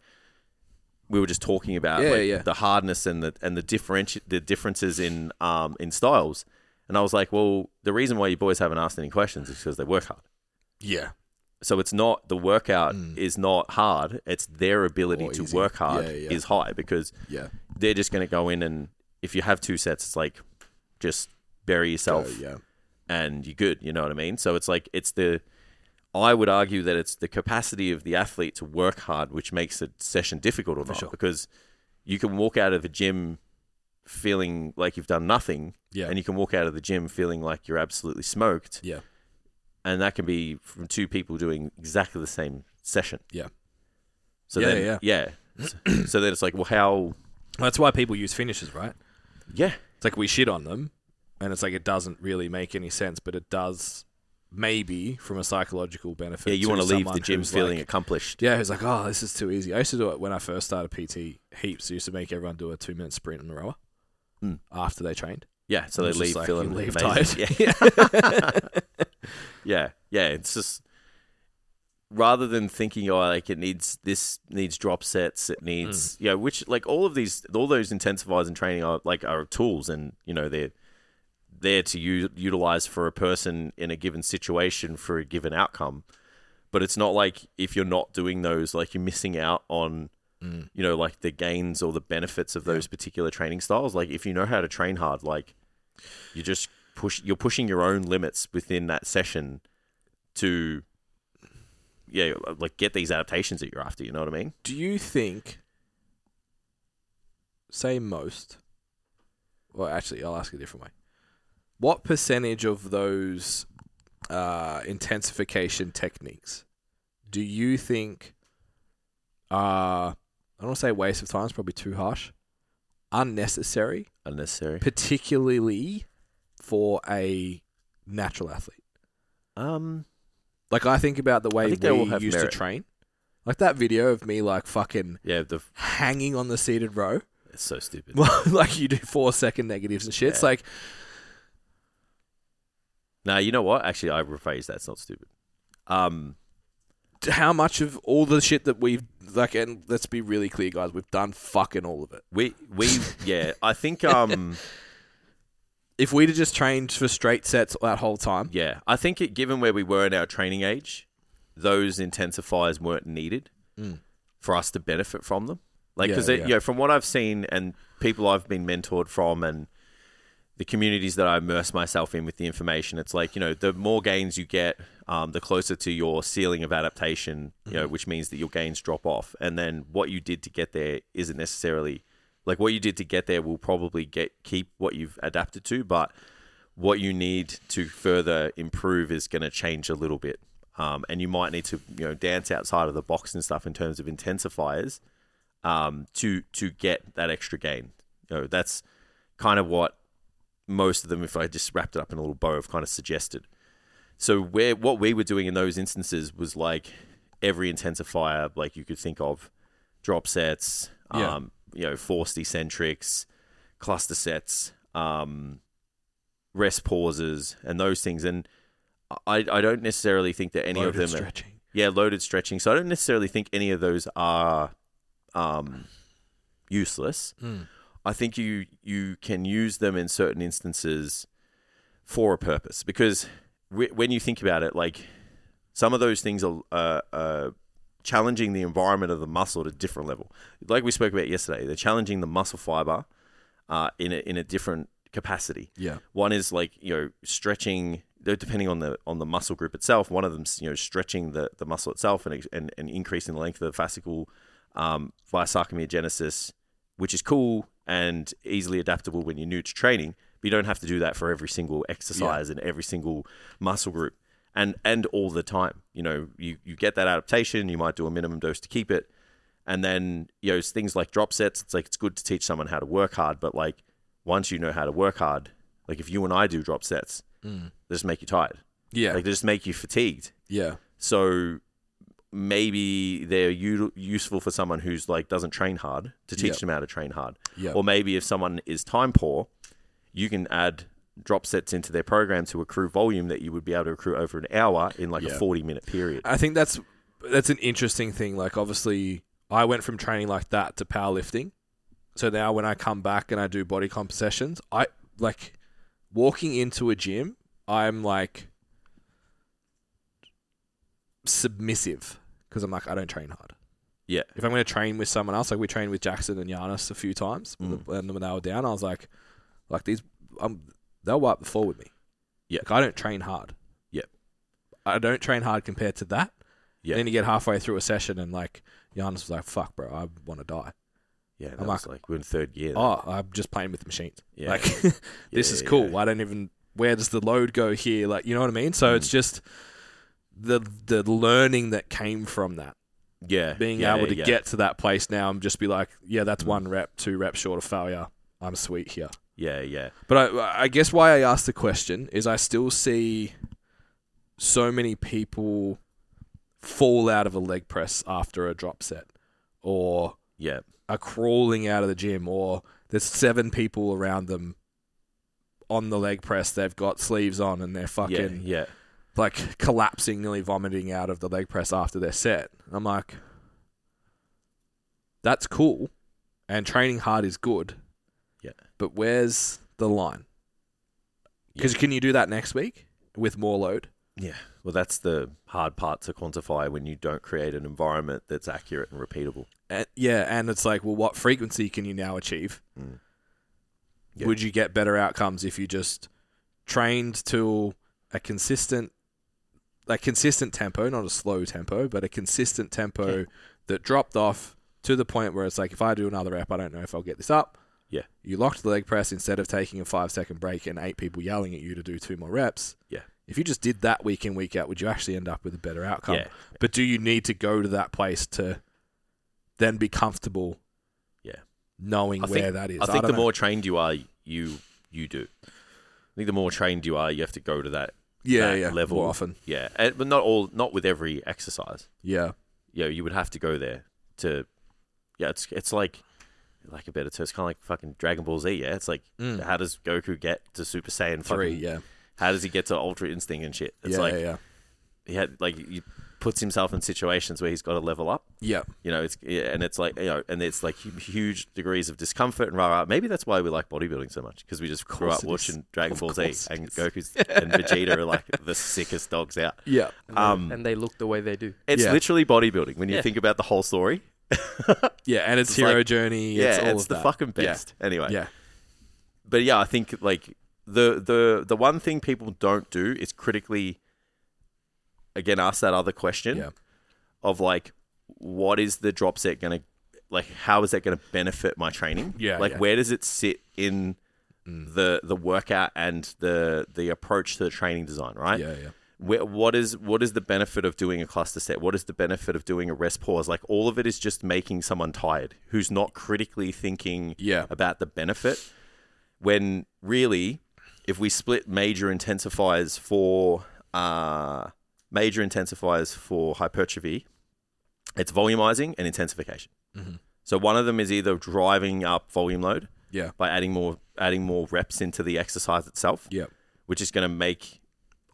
we were just talking about Yeah, like, yeah. the hardness and the and the differenti- the differences in um in styles, and I was like, well, the reason why you boys haven't asked any questions is because they work hard. Yeah. So it's not the workout Mm. is not hard. It's their ability Or to easy. work hard Yeah, yeah. is high because Yeah. they're just going to go in and if you have two sets, it's like just bury yourself Oh, yeah. and you're good. You know what I mean? So it's like it's the I would argue that it's the capacity of the athlete to work hard which makes a session difficult or not sure. because you can walk out of the gym feeling like you've done nothing Yeah. and you can walk out of the gym feeling like you're absolutely smoked yeah. and that can be from two people doing exactly the same session. Yeah. So then, Yeah, yeah. So- so then it's like, well, how? That's why people use finishes, right? Yeah, It's like we shit on them, and it's like it doesn't really make any sense, but it does maybe from a psychological benefit. yeah. You want to leave the someone gym who's feeling like- accomplished. Yeah, who's like, oh, this is too easy. I used to do it when I first started PT. Heaps I used to make everyone do a two minute sprint in the rower Mm. after they trained. Yeah. So they It's just leave like feeling you leave amazing. tired. Yeah. yeah, yeah. It's just rather than thinking, oh, like it needs this needs drop sets, it needs Mm. you know, which like all of these, all those intensifiers and training are like are tools, and you know they're there to u- utilize for a person in a given situation for a given outcome. But it's not like if you're not doing those, like you're missing out on. You know, like the gains or the benefits of those particular training styles. Like, if you know how to train hard, like you just push you're pushing your own limits within that session to yeah like get these adaptations that you're after you know what i mean Do you think, say most, well, actually, I'll ask a different way. What percentage of those uh, intensification techniques do you think are, I don't want to say waste of time, it's probably too harsh, unnecessary, unnecessary particularly for a natural athlete? um Like, I think about the way think we they all used have to merit. train. Like that video of me, like, fucking yeah the hanging on the seated row. it's so stupid Well, like you do four second negatives and shit. It's Yeah. like now you know what actually i rephrase that's not stupid um t- how much of all the shit that we've like, and let's be really clear, guys, we've done fucking all of it. we we yeah i think um If we'd have just trained for straight sets that whole time, yeah i think it given where we were in our training age those intensifiers weren't needed Mm. for us to benefit from them. Like, Yeah, because yeah. you know, from what I've seen and people I've been mentored from, and the communities that I immerse myself in with the information, it's like you know, the more gains you get, um, the closer to your ceiling of adaptation. You Mm-hmm. know, which means that your gains drop off, and then what you did to get there isn't necessarily like what you did to get there will probably get keep what you've adapted to, but what you need to further improve is going to change a little bit. Um, and you might need to, you know, dance outside of the box and stuff in terms of intensifiers um, to to get that extra gain. You know, that's kind of what most of them, if I just wrapped it up in a little bow, have kind of suggested. So where what we were doing in those instances was like every intensifier, like you could think of, drop sets, Yeah. um, you know, forced eccentrics, cluster sets, um, rest pauses, and those things. And I I don't necessarily think that any loaded of them. eh? Are, stretching. yeah, loaded stretching. So I don't necessarily think any of those are um, useless. I think you you can use them in certain instances for a purpose because whe- when you think about it, like some of those things are uh, uh, challenging the environment of the muscle at a different level. Like we spoke about yesterday, they're challenging the muscle fiber uh, in a, in a different capacity. Yeah, One is like you know stretching though depending on the on the muscle group itself, one of them's you know stretching the, the muscle itself and and, and increasing the length of the fascicle um, via sarcomeregenesis, which is cool and easily adaptable when you're new to training. But you don't have to do that for every single exercise and every single muscle group, and and all the time. You know, you you get that adaptation. You might do a minimum dose to keep it, and then you know things like drop sets. It's like it's good to teach someone how to work hard, but like once you know how to work hard, like if you and I do drop sets, they just make you tired. Yeah. Hmm. Like they just make you fatigued. yeah. So maybe they're u- useful for someone who's like doesn't train hard to teach Yep. them how to train hard. Yep. Or maybe if someone is time poor, you can add drop sets into their program to accrue volume that you would be able to accrue over an hour in like Yeah. Uh, a 40 minute period. I think that's that's an interesting thing. Like obviously I went from training like that to powerlifting. So now when I come back and I do body comp sessions, I like walking into a gym, I'm like submissive because I'm like I don't train hard. Yeah. If I'm going to train with someone else, like we trained with Jackson and Giannis a few times, Mm. and when they were down, I was like, like these, um, they'll wipe the floor with me. Yeah. Like I don't train hard. Yeah. I don't train hard compared to that. Yeah. Then you get halfway through a session and like Giannis was like, "Fuck, bro, I want to die." Yeah, that I'm was like- like we're in third year. Oh, I'm just playing with the machines. Yeah. Like this is Yeah, cool. yeah. I don't even where does the load go here? Like you know what I mean? So Mm. it's just the the learning that came from that yeah, being yeah, able to yeah. Mm. get to that place now and just be like, yeah, that's one rep, two reps short of failure. I'm sweet here. yeah, yeah, But I, I guess why I asked the question is I still see so many people fall out of a leg press after a drop set or yeah, are crawling out of the gym or there's seven people around them on the leg press. They've got sleeves on and they're yeah, fucking yeah, like collapsing, nearly vomiting out of the leg press after their set. And I'm like, that's cool, and training hard is good. Yeah. But where's the line? Because can you do that next week with more load? yeah. Well, that's the hard part to quantify when you don't create an environment that's accurate and repeatable. And, yeah, and it's like, well, what frequency can you now achieve? Mm. Yeah. Would you get better outcomes if you just trained to a consistent, like consistent tempo, not a slow tempo, but a consistent tempo that dropped off to the point where it's like, if I do another rep, I don't know if I'll get this up. Yeah. You locked the leg press instead of taking a five second break and eight people yelling at you to do two more reps. Yeah. If you just did that week in, week out, would you actually end up with a better outcome? Yeah. But do you need to go to that place to then be comfortable? Yeah. Knowing I where think- that is. I think don't the know. more trained you are, you you do. I think the more trained you are, you have to go to that yeah, that yeah, level. more often. yeah, and, but not all, not with every exercise. Yeah. You know, you would have to go there to. Yeah, it's it's like, like a better term. It's kind of like fucking Dragon Ball Z. Yeah, it's like Mm. how does Goku get to Super Saiyan Three. fucking- Yeah. How does he get to Ultra Instinct and shit? It's yeah, like yeah. Yeah. he had like he puts himself in situations where he's got to level up. Yeah. You know, it's yeah, and it's like you know, and it's like hu- huge degrees of discomfort and rah rah. Maybe that's why we like bodybuilding so much because we just grew course up it is. watching Dragon Of Ball Z course it and is. Goku's and Vegeta are like the sickest dogs out. Yeah. And they, Um, and they look the way they do. It's Yeah. literally bodybuilding when you Yeah. think about the whole story. Yeah. And it's, It's hero like- journey. yeah, it's, all it's of the that. fucking Yeah. best. Anyway, Yeah. but yeah, I think like the the the one thing people don't do is critically again ask that other question Yeah. of like what is the drop set going to like how is that going to benefit my training? Yeah, Like yeah. where does it sit in Mm. the the workout and the the approach to the training design, right? Yeah. Yeah. Where, what is what is the benefit of doing a cluster set? What is the benefit of doing a rest pause? Like all of it is just making someone tired who's not critically thinking Yeah. about the benefit. When really, if we split major intensifiers for uh, major intensifiers for hypertrophy, it's volumizing and intensification. Mhm. So one of them is either driving up volume load Yeah. by adding more adding more reps into the exercise itself, Yeah. which is going to make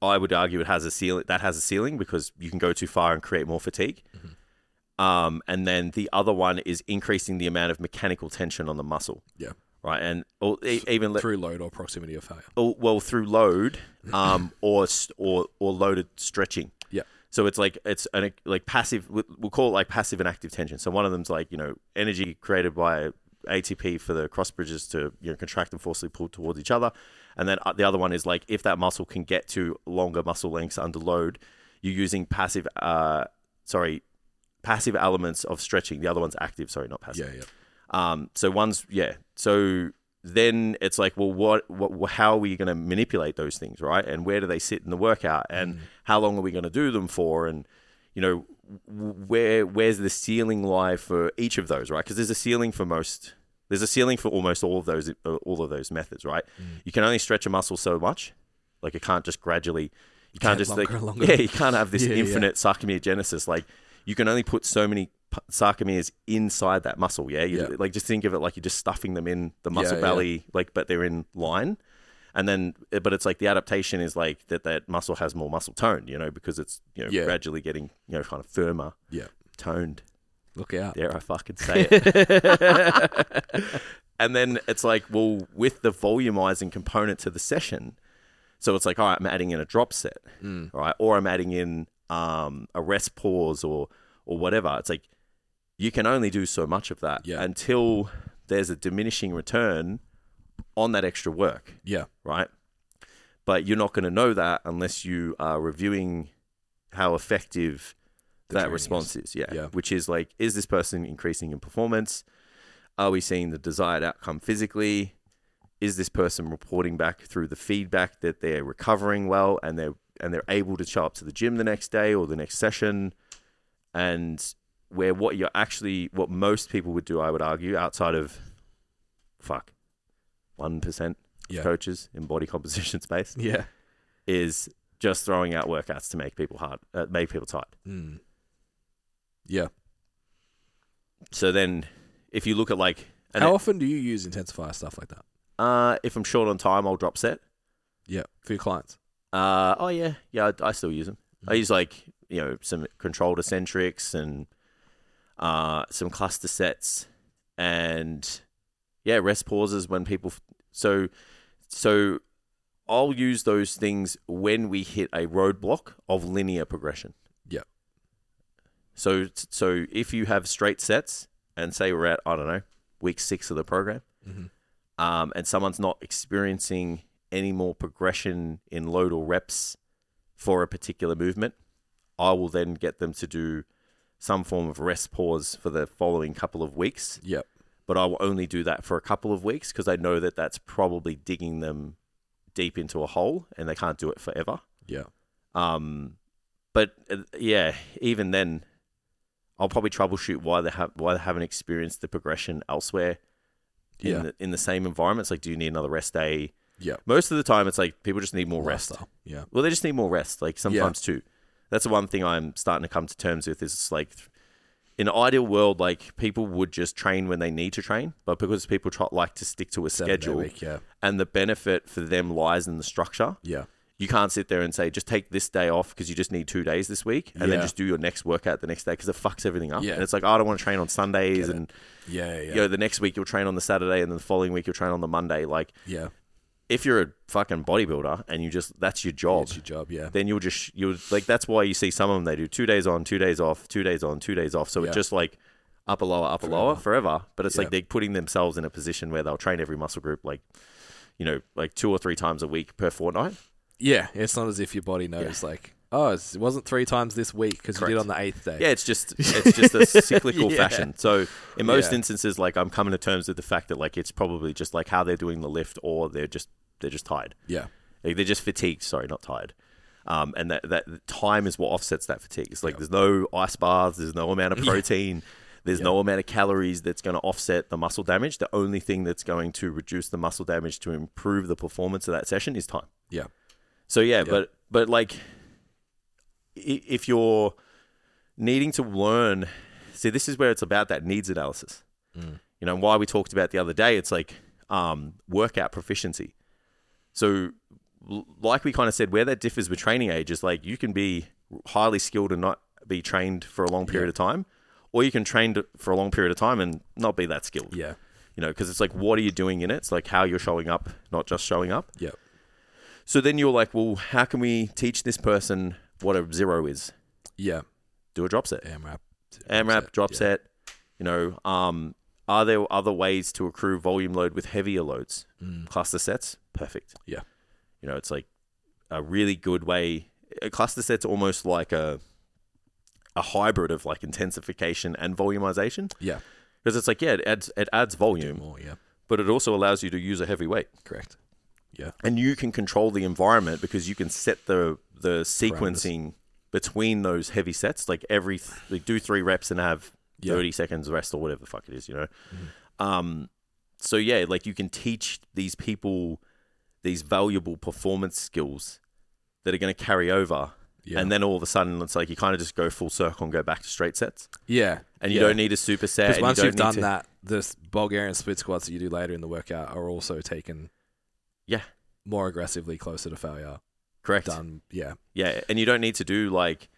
I would argue it has a ceiling that has a ceiling because you can go too far and create more fatigue. Mm-hmm. Um, and then the other one is increasing the amount of mechanical tension on the muscle, Yeah. right? And or, e- even let, Through load or proximity of failure. or, oh, well through load, um, or s- or or loaded stretching. Yeah. So it's like it's an like passive. we- We'll call it like passive and active tension. So one of them's like you know energy created by ATP for the cross bridges to you know contract and forcibly pull towards each other, And then uh, the other one is like if that muscle can get to longer muscle lengths under load, you're using passive, uh, sorry, passive elements of stretching. The other one's active, sorry, not passive. Yeah, yeah. Um, so one's yeah. So then it's like, well, what, what, how are we going to manipulate those things, right? And where do they sit in the workout, and how long are we going to do them for, and you know, w- where where's the ceiling lie for each of those, right? Because there's a ceiling for most. There's a ceiling for almost all of those, uh, all of those methods, right? Mm. You can only stretch a muscle so much. Like you can't just gradually. You can't Get just longer like, and longer. yeah, you can't have this Yeah, yeah. infinite sarcomeregenesis. Like you can only put so many p- sarcomeres inside that muscle. Yeah, you, Yeah. like just think of it like you're just stuffing them in the muscle yeah. belly, like but they're in line. And then, eh, but it's like the adaptation is like that that muscle has more muscle tone, you know, because it's you know Yeah. gradually getting you know kind of firmer, Yeah. toned. Look out. Dare I fucking say it? and then it's like, well, with the volumizing component to the session, so it's like, all right, I'm adding in a drop set, Mm. all right, or I'm adding in um, a rest pause or or whatever. It's like you can only do so much of that Yeah. until there's a diminishing return on that extra work Yeah. right? But you're not going to know that unless you are reviewing how effective that training response is. Yeah. Yeah. Which is like, is this person increasing in performance? Are we seeing the desired outcome physically? Is this person reporting back through the feedback that they're recovering well and they're and they're able to show up to the gym the next day or the next session? And where what you're actually what most people would do, I would argue, outside of fuck one percent Yeah. coaches in body composition space Yeah. is just throwing out workouts to make people hard, uh, make people tired. Mm. Yeah. So then, if you look at like, and How it- often do you use intensifier stuff like that? uh, if I'm short on time, I'll drop set. Yeah. For your clients. Uh, oh yeah, yeah, I, I still use them. I use like you know some controlled eccentrics and uh, some cluster sets and yeah, rest pauses when people. f- So so I'll use those things when we hit a roadblock of linear progression. Yeah. So so if you have straight sets and say we're at I don't know week six of the program, Mhm. um, and someone's not experiencing any more progression in load or reps for a particular movement, I will then get them to do some form of rest pause for the following couple of weeks. Yeah. But I will only do that for a couple of weeks because I know that that's probably digging them deep into a hole and they can't do it forever. Yeah. Um, but uh, yeah, even then, I'll probably troubleshoot why they have why they haven't experienced the progression elsewhere in Yeah. the, in the same environments. Like, do you need another rest day? Yeah. Most of the time, it's like people just need more rest. Lifestyle. Yeah. Well, they just need more rest. Like sometimes too. That's the one thing I'm starting to come to terms with. Is it's like in an ideal world, like people would just train when they need to train, but because people try, like to stick to a Seven day schedule, week, Yeah. and the benefit for them lies in the structure. Yeah. You can't sit there and say just take this day off because you just need two days this week, and then Yeah. just do your next workout the next day because it fucks everything up. Yeah. And it's like oh, I don't want to train on Sundays, Get it. and Yeah. Yeah. you know the next week you'll train on the Saturday, and then the following week you'll train on the Monday. Like yeah. if you're a fucking bodybuilder and you just that's your job, It's your job. Yeah. then you'll just you'll like that's why you see some of them they do two days on, two days off, two days on, two days off. So Yeah. it's just like upper lower, upper Forever. lower forever. But it's Yeah. like they're putting themselves in a position where they'll train every muscle group like you know like two or three times a week per fortnight. Yeah. It's not as if your body knows like, oh, it's- it wasn't three times this week because you did Correct. on the eighth day. Yeah, it's just it's just a cyclical Yeah. fashion. So in most Yeah. instances, like I'm coming to terms with the fact that like it's probably just like how they're doing the lift or they're just they're just tired. Yeah. Like they're just fatigued. Sorry, not tired. Um, and that that time is what offsets that fatigue. It's like there's no ice baths. There's no amount of protein. There's no amount of calories that's going to offset the muscle damage. The only thing that's going to reduce the muscle damage to improve the performance of that session is time. Yeah. So yeah, but but like, i- if you're needing to learn, see, this is where it's about that needs analysis. Mm. You know, and why we talked about the other day, it's like um, workout proficiency. So, l- like we kind of said, where that differs with training age is like you can be highly skilled and not be trained for a long period of time, or you can train to- for a long period of time and not be that skilled. Yeah. You know, because it's like, what are you doing in it? It's like how you're showing up, not just showing up. Yeah. So then you're like, well, how can we teach this person what a zero is? Yeah. Do a drop set, AMRAP. AMRAP, drop yeah. set. You know, um, Mm. Mm. are there other ways to accrue volume load with heavier loads? Cluster sets, perfect. Yeah. You know, it's like a really good way. A cluster set's almost like a a hybrid of like intensification and volumization Yeah. because it's like yeah, it adds it adds Do volume, more, yeah. but it also allows you to use a heavy weight. Correct. and you can control the environment because you can set the the sequencing between those heavy sets. Like every th- like do three reps and have Yeah. Mm-hmm. thirty seconds rest or whatever the fuck it is, you know. Um, so yeah, like you can teach these people these valuable performance skills that are going to carry over, Yeah. and then all of a sudden it's like you kind of just go full circle and go back to straight sets, yeah. and you yeah. don't need a superset. and Because you once don't you've need done to- that, the s- Bulgarian split squats that you do later in the workout are also taken Yeah. more aggressively closer to failure. correct, Done. Yeah. yeah, and you don't need to do like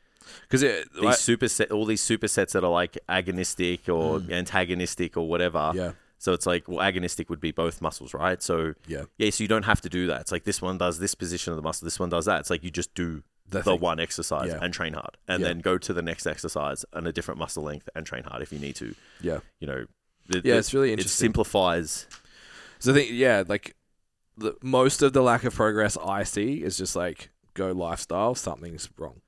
Because it. these like- superset, all these supersets that are like agonistic or Mm. antagonistic or whatever. yeah. So it's like, well, agonistic would be both muscles, right? So Yeah. yeah, so you don't have to do that. It's like this one does this position of the muscle, this one does that. It's like you just do The the thing. one exercise Yeah. and train hard, and Yeah. then go to the next exercise and a different muscle length and train hard if you need to. Yeah. You know, the, Yeah. the- It's really it interesting. simplifies. So I think yeah, like the, most of the lack of progress I see is just like go lifestyle, something's wrong.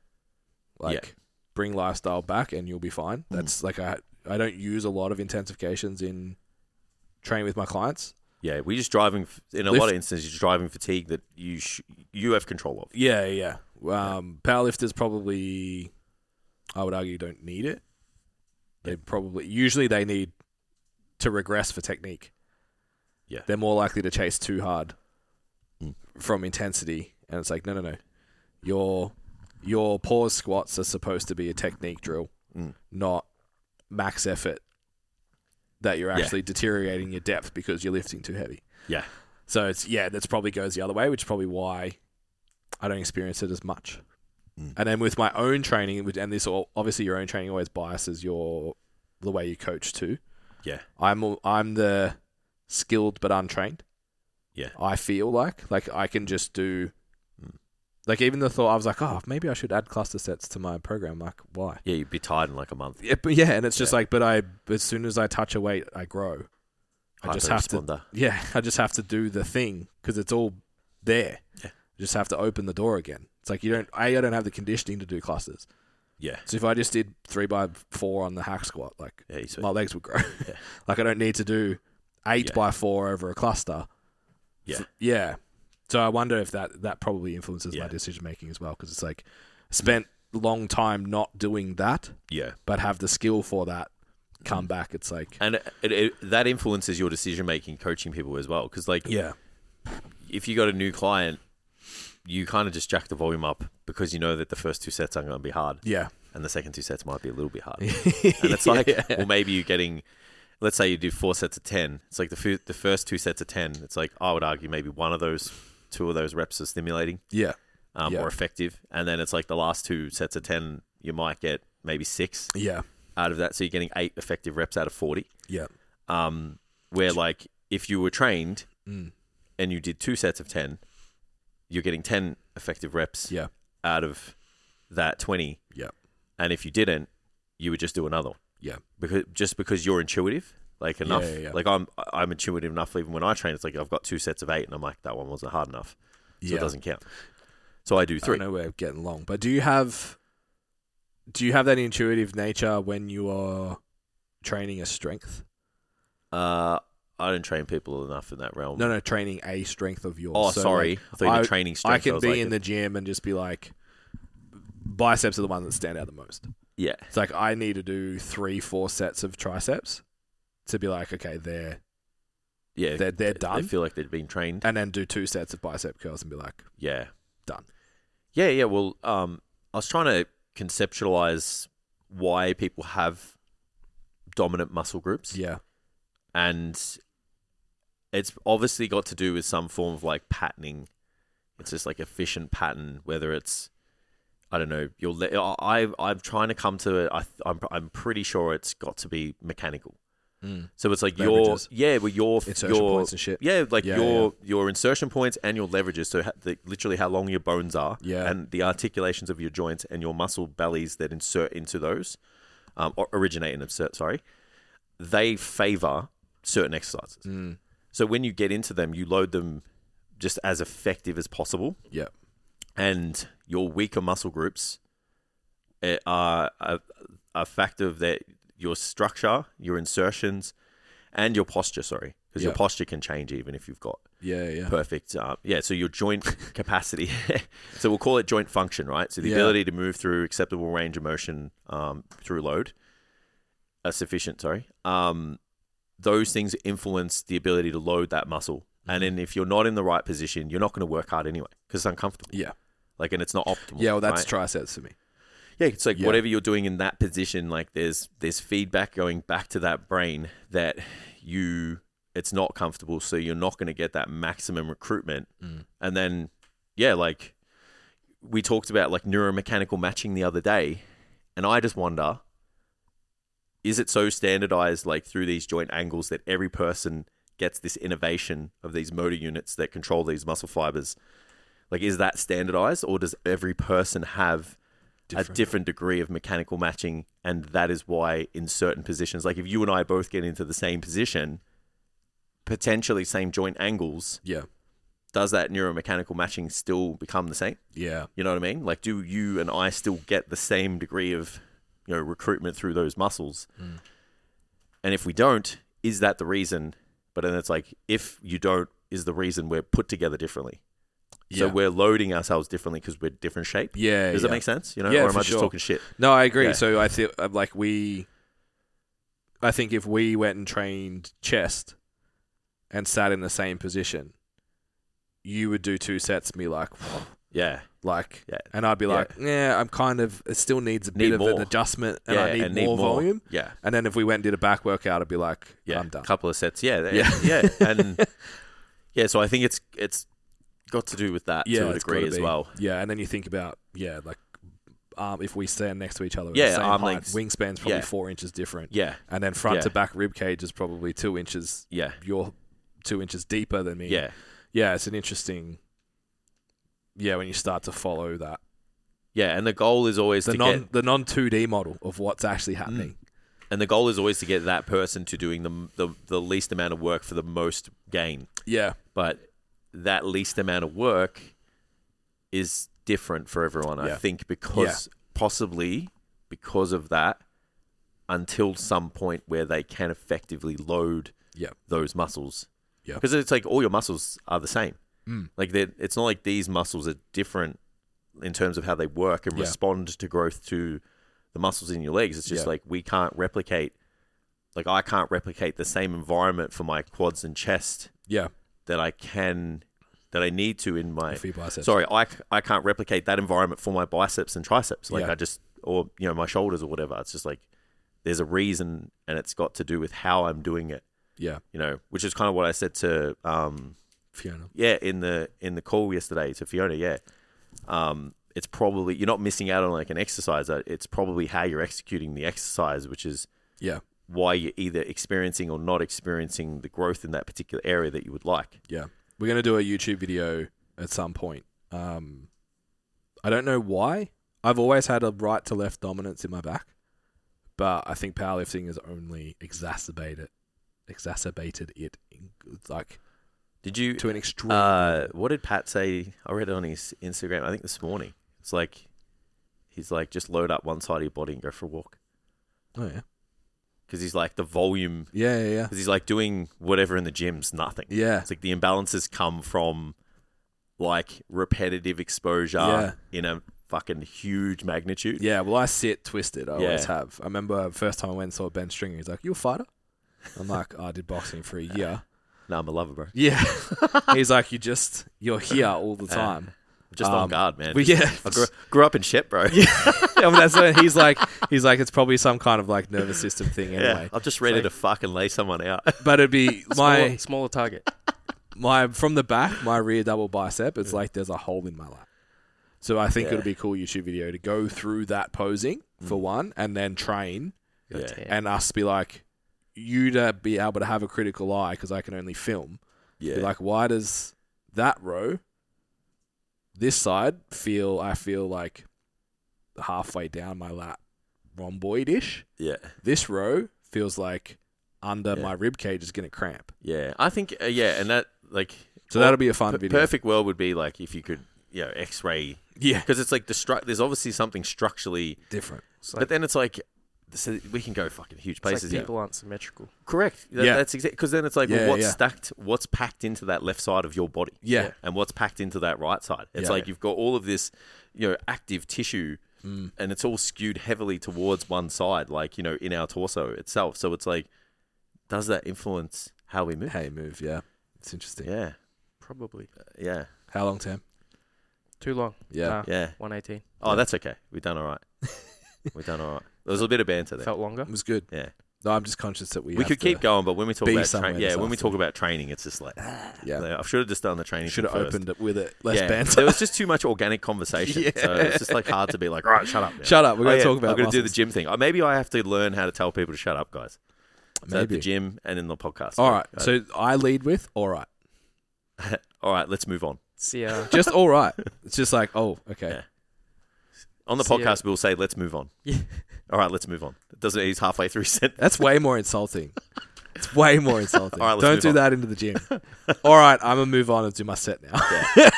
Yeah. Like bring lifestyle back and you'll be fine. That's like I I don't use a lot of intensifications in training with my clients. Yeah, we're just driving f- in a Lift- lot of instances. You're driving fatigue that you sh- you have control of. Yeah, yeah. Um, powerlifters probably, I would argue, don't need it. They probably usually they need to regress for technique. Yeah. they're more likely to chase too hard Mm. from intensity, and it's like no, no, no. Your your pause squats are supposed to be a technique drill, Mm. not max effort. That you're Yeah. actually deteriorating your depth because you're lifting too heavy. Yeah. So it's yeah, that's probably goes the other way, which is probably why I don't experience it as much. Mm. And then with my own training, which- and this all, obviously your own training always biases your the way you coach too. Yeah. I'm al- I'm the skilled but untrained. Yeah. I feel like like I can just do. Mm. Like even the thought I was like, oh, maybe I should add cluster sets to my program. Like why? Yeah, you'd be tired in like a month. Yeah, but yeah, and it's just Yeah. like, but I as soon as I touch a weight, I grow. I just have to Hyper-responder. yeah, I just have to do the thing because it's all there. Yeah. I just have to open the door again. It's like you don't. A, I don't have the conditioning to do clusters. Yeah. So if I just did three by four on the hack squat, like Yeah, you sweet. my legs would grow. Yeah. like I don't need to do eight Yeah. by four over a cluster. Yeah. yeah. So I wonder if that that probably influences Yeah. my decision making as well because it's like spent a long time not doing that, yeah. but have the skill for that. Come Mm. back, it's like and it, it, that influences your decision making coaching people as well because like yeah, if you got a new client you kind of just jack the volume up because you know that the first two sets are going to be hard yeah, and the second two sets might be a little bit hard and it's like well maybe you're getting let's say you do four sets of 10 it's like the, f- the first two sets of 10 it's like i would argue maybe one of those two of those reps are stimulating yeah, um, Yeah. or effective and then it's like the last two sets of 10 you might get maybe six yeah, out of that so you're getting eight effective reps out of 40 yeah. um, where like if you were trained Mm. and you did two sets of 10 you're getting 10 effective reps Yeah. out of that 20 Yeah. and if you didn't you would just do another one Yeah. because just because you're intuitive like Yeah, enough yeah, yeah. like i'm i'm intuitive enough even when i train it's like i've got two sets of eight and i'm like that one wasn't hard enough so it doesn't count so i do I three don't know we're getting long, but do you have do you have that intuitive nature when you are training a strength? uh i don't train people enough in that realm No, no, training a strength of yours. oh So, sorry like, i thought you I- were training strength I can was be like, in the gym and just be like, biceps are the ones that stand out the most. yeah It's like I need to do three, four sets of triceps to be like, okay, they're yeah they're they're done, they feel like they've been trained and then do two sets of bicep curls and be like, Yeah. Done. Yeah, yeah. Well, um, I was trying to conceptualize why people have dominant muscle groups, yeah, and it's obviously got to do with some form of like patterning. It's just like efficient pattern, whether it's I don't know. You're le- I I- I'm trying to come to it. I th- I'm I'm pretty sure it's got to be mechanical. So it's like your Leverages. yeah, well your insertion Mm. your points and shit. yeah, like Yeah, your your insertion points and your leverages. So ha- the, literally, how long your bones are, Yeah. and the articulations of your joints and your muscle bellies that insert into those, um, or originate and insert. Sorry, they favor certain exercises. Mm. So when you get into them, you load them just as effective as possible. Yep. And your weaker muscle groups eh, are a, a factor of that your structure, your insertions, and your posture. Sorry, because your Yep. posture can change even if you've got Yeah, yeah. perfect. Uh, yeah, so your joint capacity. so we'll call it joint function, right? So the Yeah. ability to move through acceptable range of motion um, through load, uh, sufficient. Sorry, um, those things influence the ability to load that muscle. And Mm-hmm. then if you're not in the right position, you're not going to work hard anyway because it's uncomfortable. Yeah. Like, and it's not optimal. Yeah, well, that's right? triceps for me. Yeah, it's like Yeah. whatever you're doing in that position, like there's there's feedback going back to that brain that you it's not comfortable, so you're not going to get that maximum recruitment. Mm. And then yeah, like we talked about like neuromechanical matching the other day, and I just wonder is it so standardized like through these joint angles that every person gets this innovation of these motor units that control these muscle fibers? Like is that standardized or does every person have a different degree of mechanical matching, and that is why in certain positions, like if you and I both get into the same position, potentially same joint angles, Yeah. does that neuromechanical matching still become the same? Yeah. You know what I mean? Like, do you and I still get the same degree of, you know, recruitment through those muscles? Mm. And if we don't, is that the reason? But then it's like, if you don't, is the reason we're put together differently. Yeah. So we're loading ourselves differently because we're different shape. yeah. Does yeah. that make sense? You know, Yeah, or am for I just sure. talking shit? No, I agree. Yeah. So I think like we, I think if we went and trained chest, and sat in the same position, you would do two sets. Me like, Yeah. like, Yeah. and I'd be Yeah. like, yeah, I'm kind of. It still needs a Need bit of more. an adjustment, and I Yeah, need, and more, volume. Yeah. And then if we went and did a back workout, I'd be like, Yeah. I'm done. couple of sets. Yeah. Yeah. Yeah. Yeah. And yeah, so I think it's it's got to do with that to a it's gotta degree as be. well. Yeah, and then you think about yeah, like. Um, if we stand next to each other, yeah, Yeah, the same arm height, lengths. wingspan's probably Yeah. four inches different, Yeah. and then front Yeah. to back rib cage is probably two inches Yeah. you're two inches deeper than me. Yeah. Yeah, it's an interesting Yeah, when you start to follow that. Yeah. And the goal is always The to non get Mm. the non two D model of what's actually happening. and the goal is always to get that person to doing the the, the least amount of work for the most gain. Yeah. But that least amount of work is different for everyone, I Yeah. think, because possibly because of that until some point where they can effectively load Yeah. those muscles. Yeah. Because it's like all your muscles are the same. Mm. Like they're- it's not like these muscles are different in terms of how they work and Yeah. respond to growth to the muscles in your legs. It's just Yeah. like we can't replicate. Like I can't replicate the same environment for my quads and chest Yeah. that I can that I need to in my For your biceps. sorry I, c- I can't replicate that environment for my biceps and triceps like Yeah. I just or you know my shoulders or whatever it's just like there's a reason and it's got to do with how I'm doing it Yeah. you know which is kind of what I said to um Fiona. yeah in the in the call yesterday to Fiona yeah um it's probably you're not missing out on like an exercise uh, it's probably how you're executing the exercise which is Yeah. why you're either experiencing or not experiencing the growth in that particular area that you would like We're gonna do a YouTube video at some point. Um I don't know why. I've always had a right to left dominance in my back. But I think powerlifting has only exacerbated exacerbated it in, like did you to an extreme Uh, what did Pat say? I read it on his Instagram. I think this morning. It's like he's like just load up one side of your body and go for a walk Oh yeah. because he's like the volume Yeah, yeah, yeah. because he's like doing whatever in the gym's nothing. Yeah. It's like the imbalances come from like repetitive exposure Yeah. in a fucking huge magnitude. Yeah, well, I sit twisted. I always Yeah. have. I remember first time I went and saw Ben Stringer. He's like, "You a fighter?" I'm like, "Oh, "I did boxing for a year." No, I'm a lover, bro. Yeah. He's like, "You just you're here all the Yeah. time." Just on Um, guard, man. But yeah, I grew, grew up in shit, bro. Yeah, I mean, that's what he's like. He's like, it's probably some kind of like nervous system thing anyway. I'm just ready like- to fucking lay someone out. But it'd be Smaller, my smaller target. my from the back, my rear double bicep. It's like there's a hole in my lap. So I think Yeah. it'd be a cool YouTube video to go through that posing for one, and then train Yeah. Damn. and us be like, you to be able to have a critical eye because I can only film. yeah, Be like, why does that row, this side, feel, I feel like halfway down my lap, rhomboid ish? yeah. This row feels like under Yeah. my rib cage is going to cramp. Yeah, I think uh, yeah, and that like So that'll be a fun P- video. perfect world would be like if you could, you know, X-ray Yeah, because it's like the stru- There's obviously something structurally, different. but then it's like. So we can go fucking huge It's places. like yeah. people aren't symmetrical. Correct. That, Yeah. That's exactly because then it's like, Yeah, well, what's yeah. stacked, what's packed into that left side of your body, Yeah. and what's packed into that right side. It's Yeah. like you've got all of this, you know, active tissue, Mm. and it's all skewed heavily towards one side, like you know, in our torso itself. So it's like, does that influence how we move? How you move? Yeah, it's interesting. Yeah, Probably yeah, How long, Tam? too long. Yeah, Nah. yeah. One eighteen Oh, that's okay. We've done all right. We've done all right. There was a bit of banter there. felt longer. it was good. Yeah, No, I'm just conscious that we we have could to- keep going, but when we talk be about somewhere tra- yeah, this when we talk afternoon. about training, it's just like Ah. Yeah, I should have just done the training. should have thing first. opened it with it less yeah, banter. There was just too much organic conversation, Yeah. so it's just like hard to be like, all right, shut up. now." Shut up. We're Oh, going to yeah, talk about. I'm going to do the muscles. gym thing. Uh, Maybe I have to learn how to tell people to shut up, guys. So at the Maybe. gym and in the podcast. All right. Uh, So I lead with all right. all right, let's move on. See, uh, Just all right. It's just like oh okay. Yeah. On the See ya. podcast, we'll say, let's move on. Yeah. All right, let's move on. It doesn't. He's halfway through sent. That's way more insulting. It's way more insulting. All right, let's Don't move do on. that into the gym. all right, I'm gonna move on and do my set now.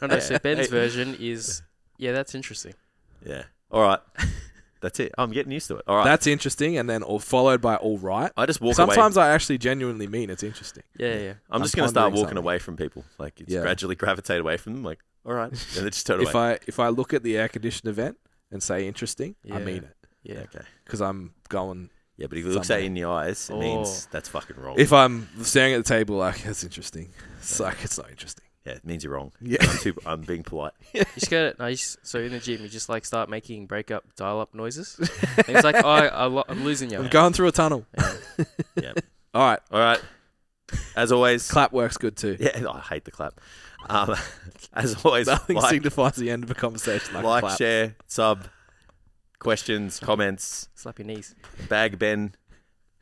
I know, so Ben's Hey. version is yeah, that's interesting. Yeah. All right. That's it. I'm getting used to it. All right. That's interesting, and then all, followed by all right. I just walk away. Sometimes I actually genuinely mean it's interesting. Yeah, yeah. I'm just I'm going to start pondering walking something. away from people. Like, it's Yeah. gradually gravitate away from them. Like, all right, and then just turn away. If I if I look at the air conditioned event and say interesting, I Yeah. mean it Yeah. okay. because I'm going. Yeah, but if he looks at Somewhere. you in the eyes, it means Oh. that's fucking wrong. If I'm staring at the table like that's interesting, it's like it's not interesting. yeah, it means you're wrong. Yeah. I'm, too, I'm being polite. You just get it. No, you just, so in the gym, you just like start making breakup dial up noises. And it's like, oh, I, I lo- I'm losing you. I'm going through a tunnel. Yeah. All right, All right. As always, clap works good too. yeah, I hate the clap. Um, as always, Nothing like, signifies the end of a conversation like, a like, clap. share, sub, questions, comments, Slap your knees. bag Ben,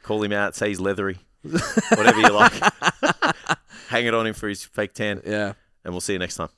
call him out, say he's leathery, whatever you like. Hang it on him for his fake tan, Yeah. and we'll see you next time.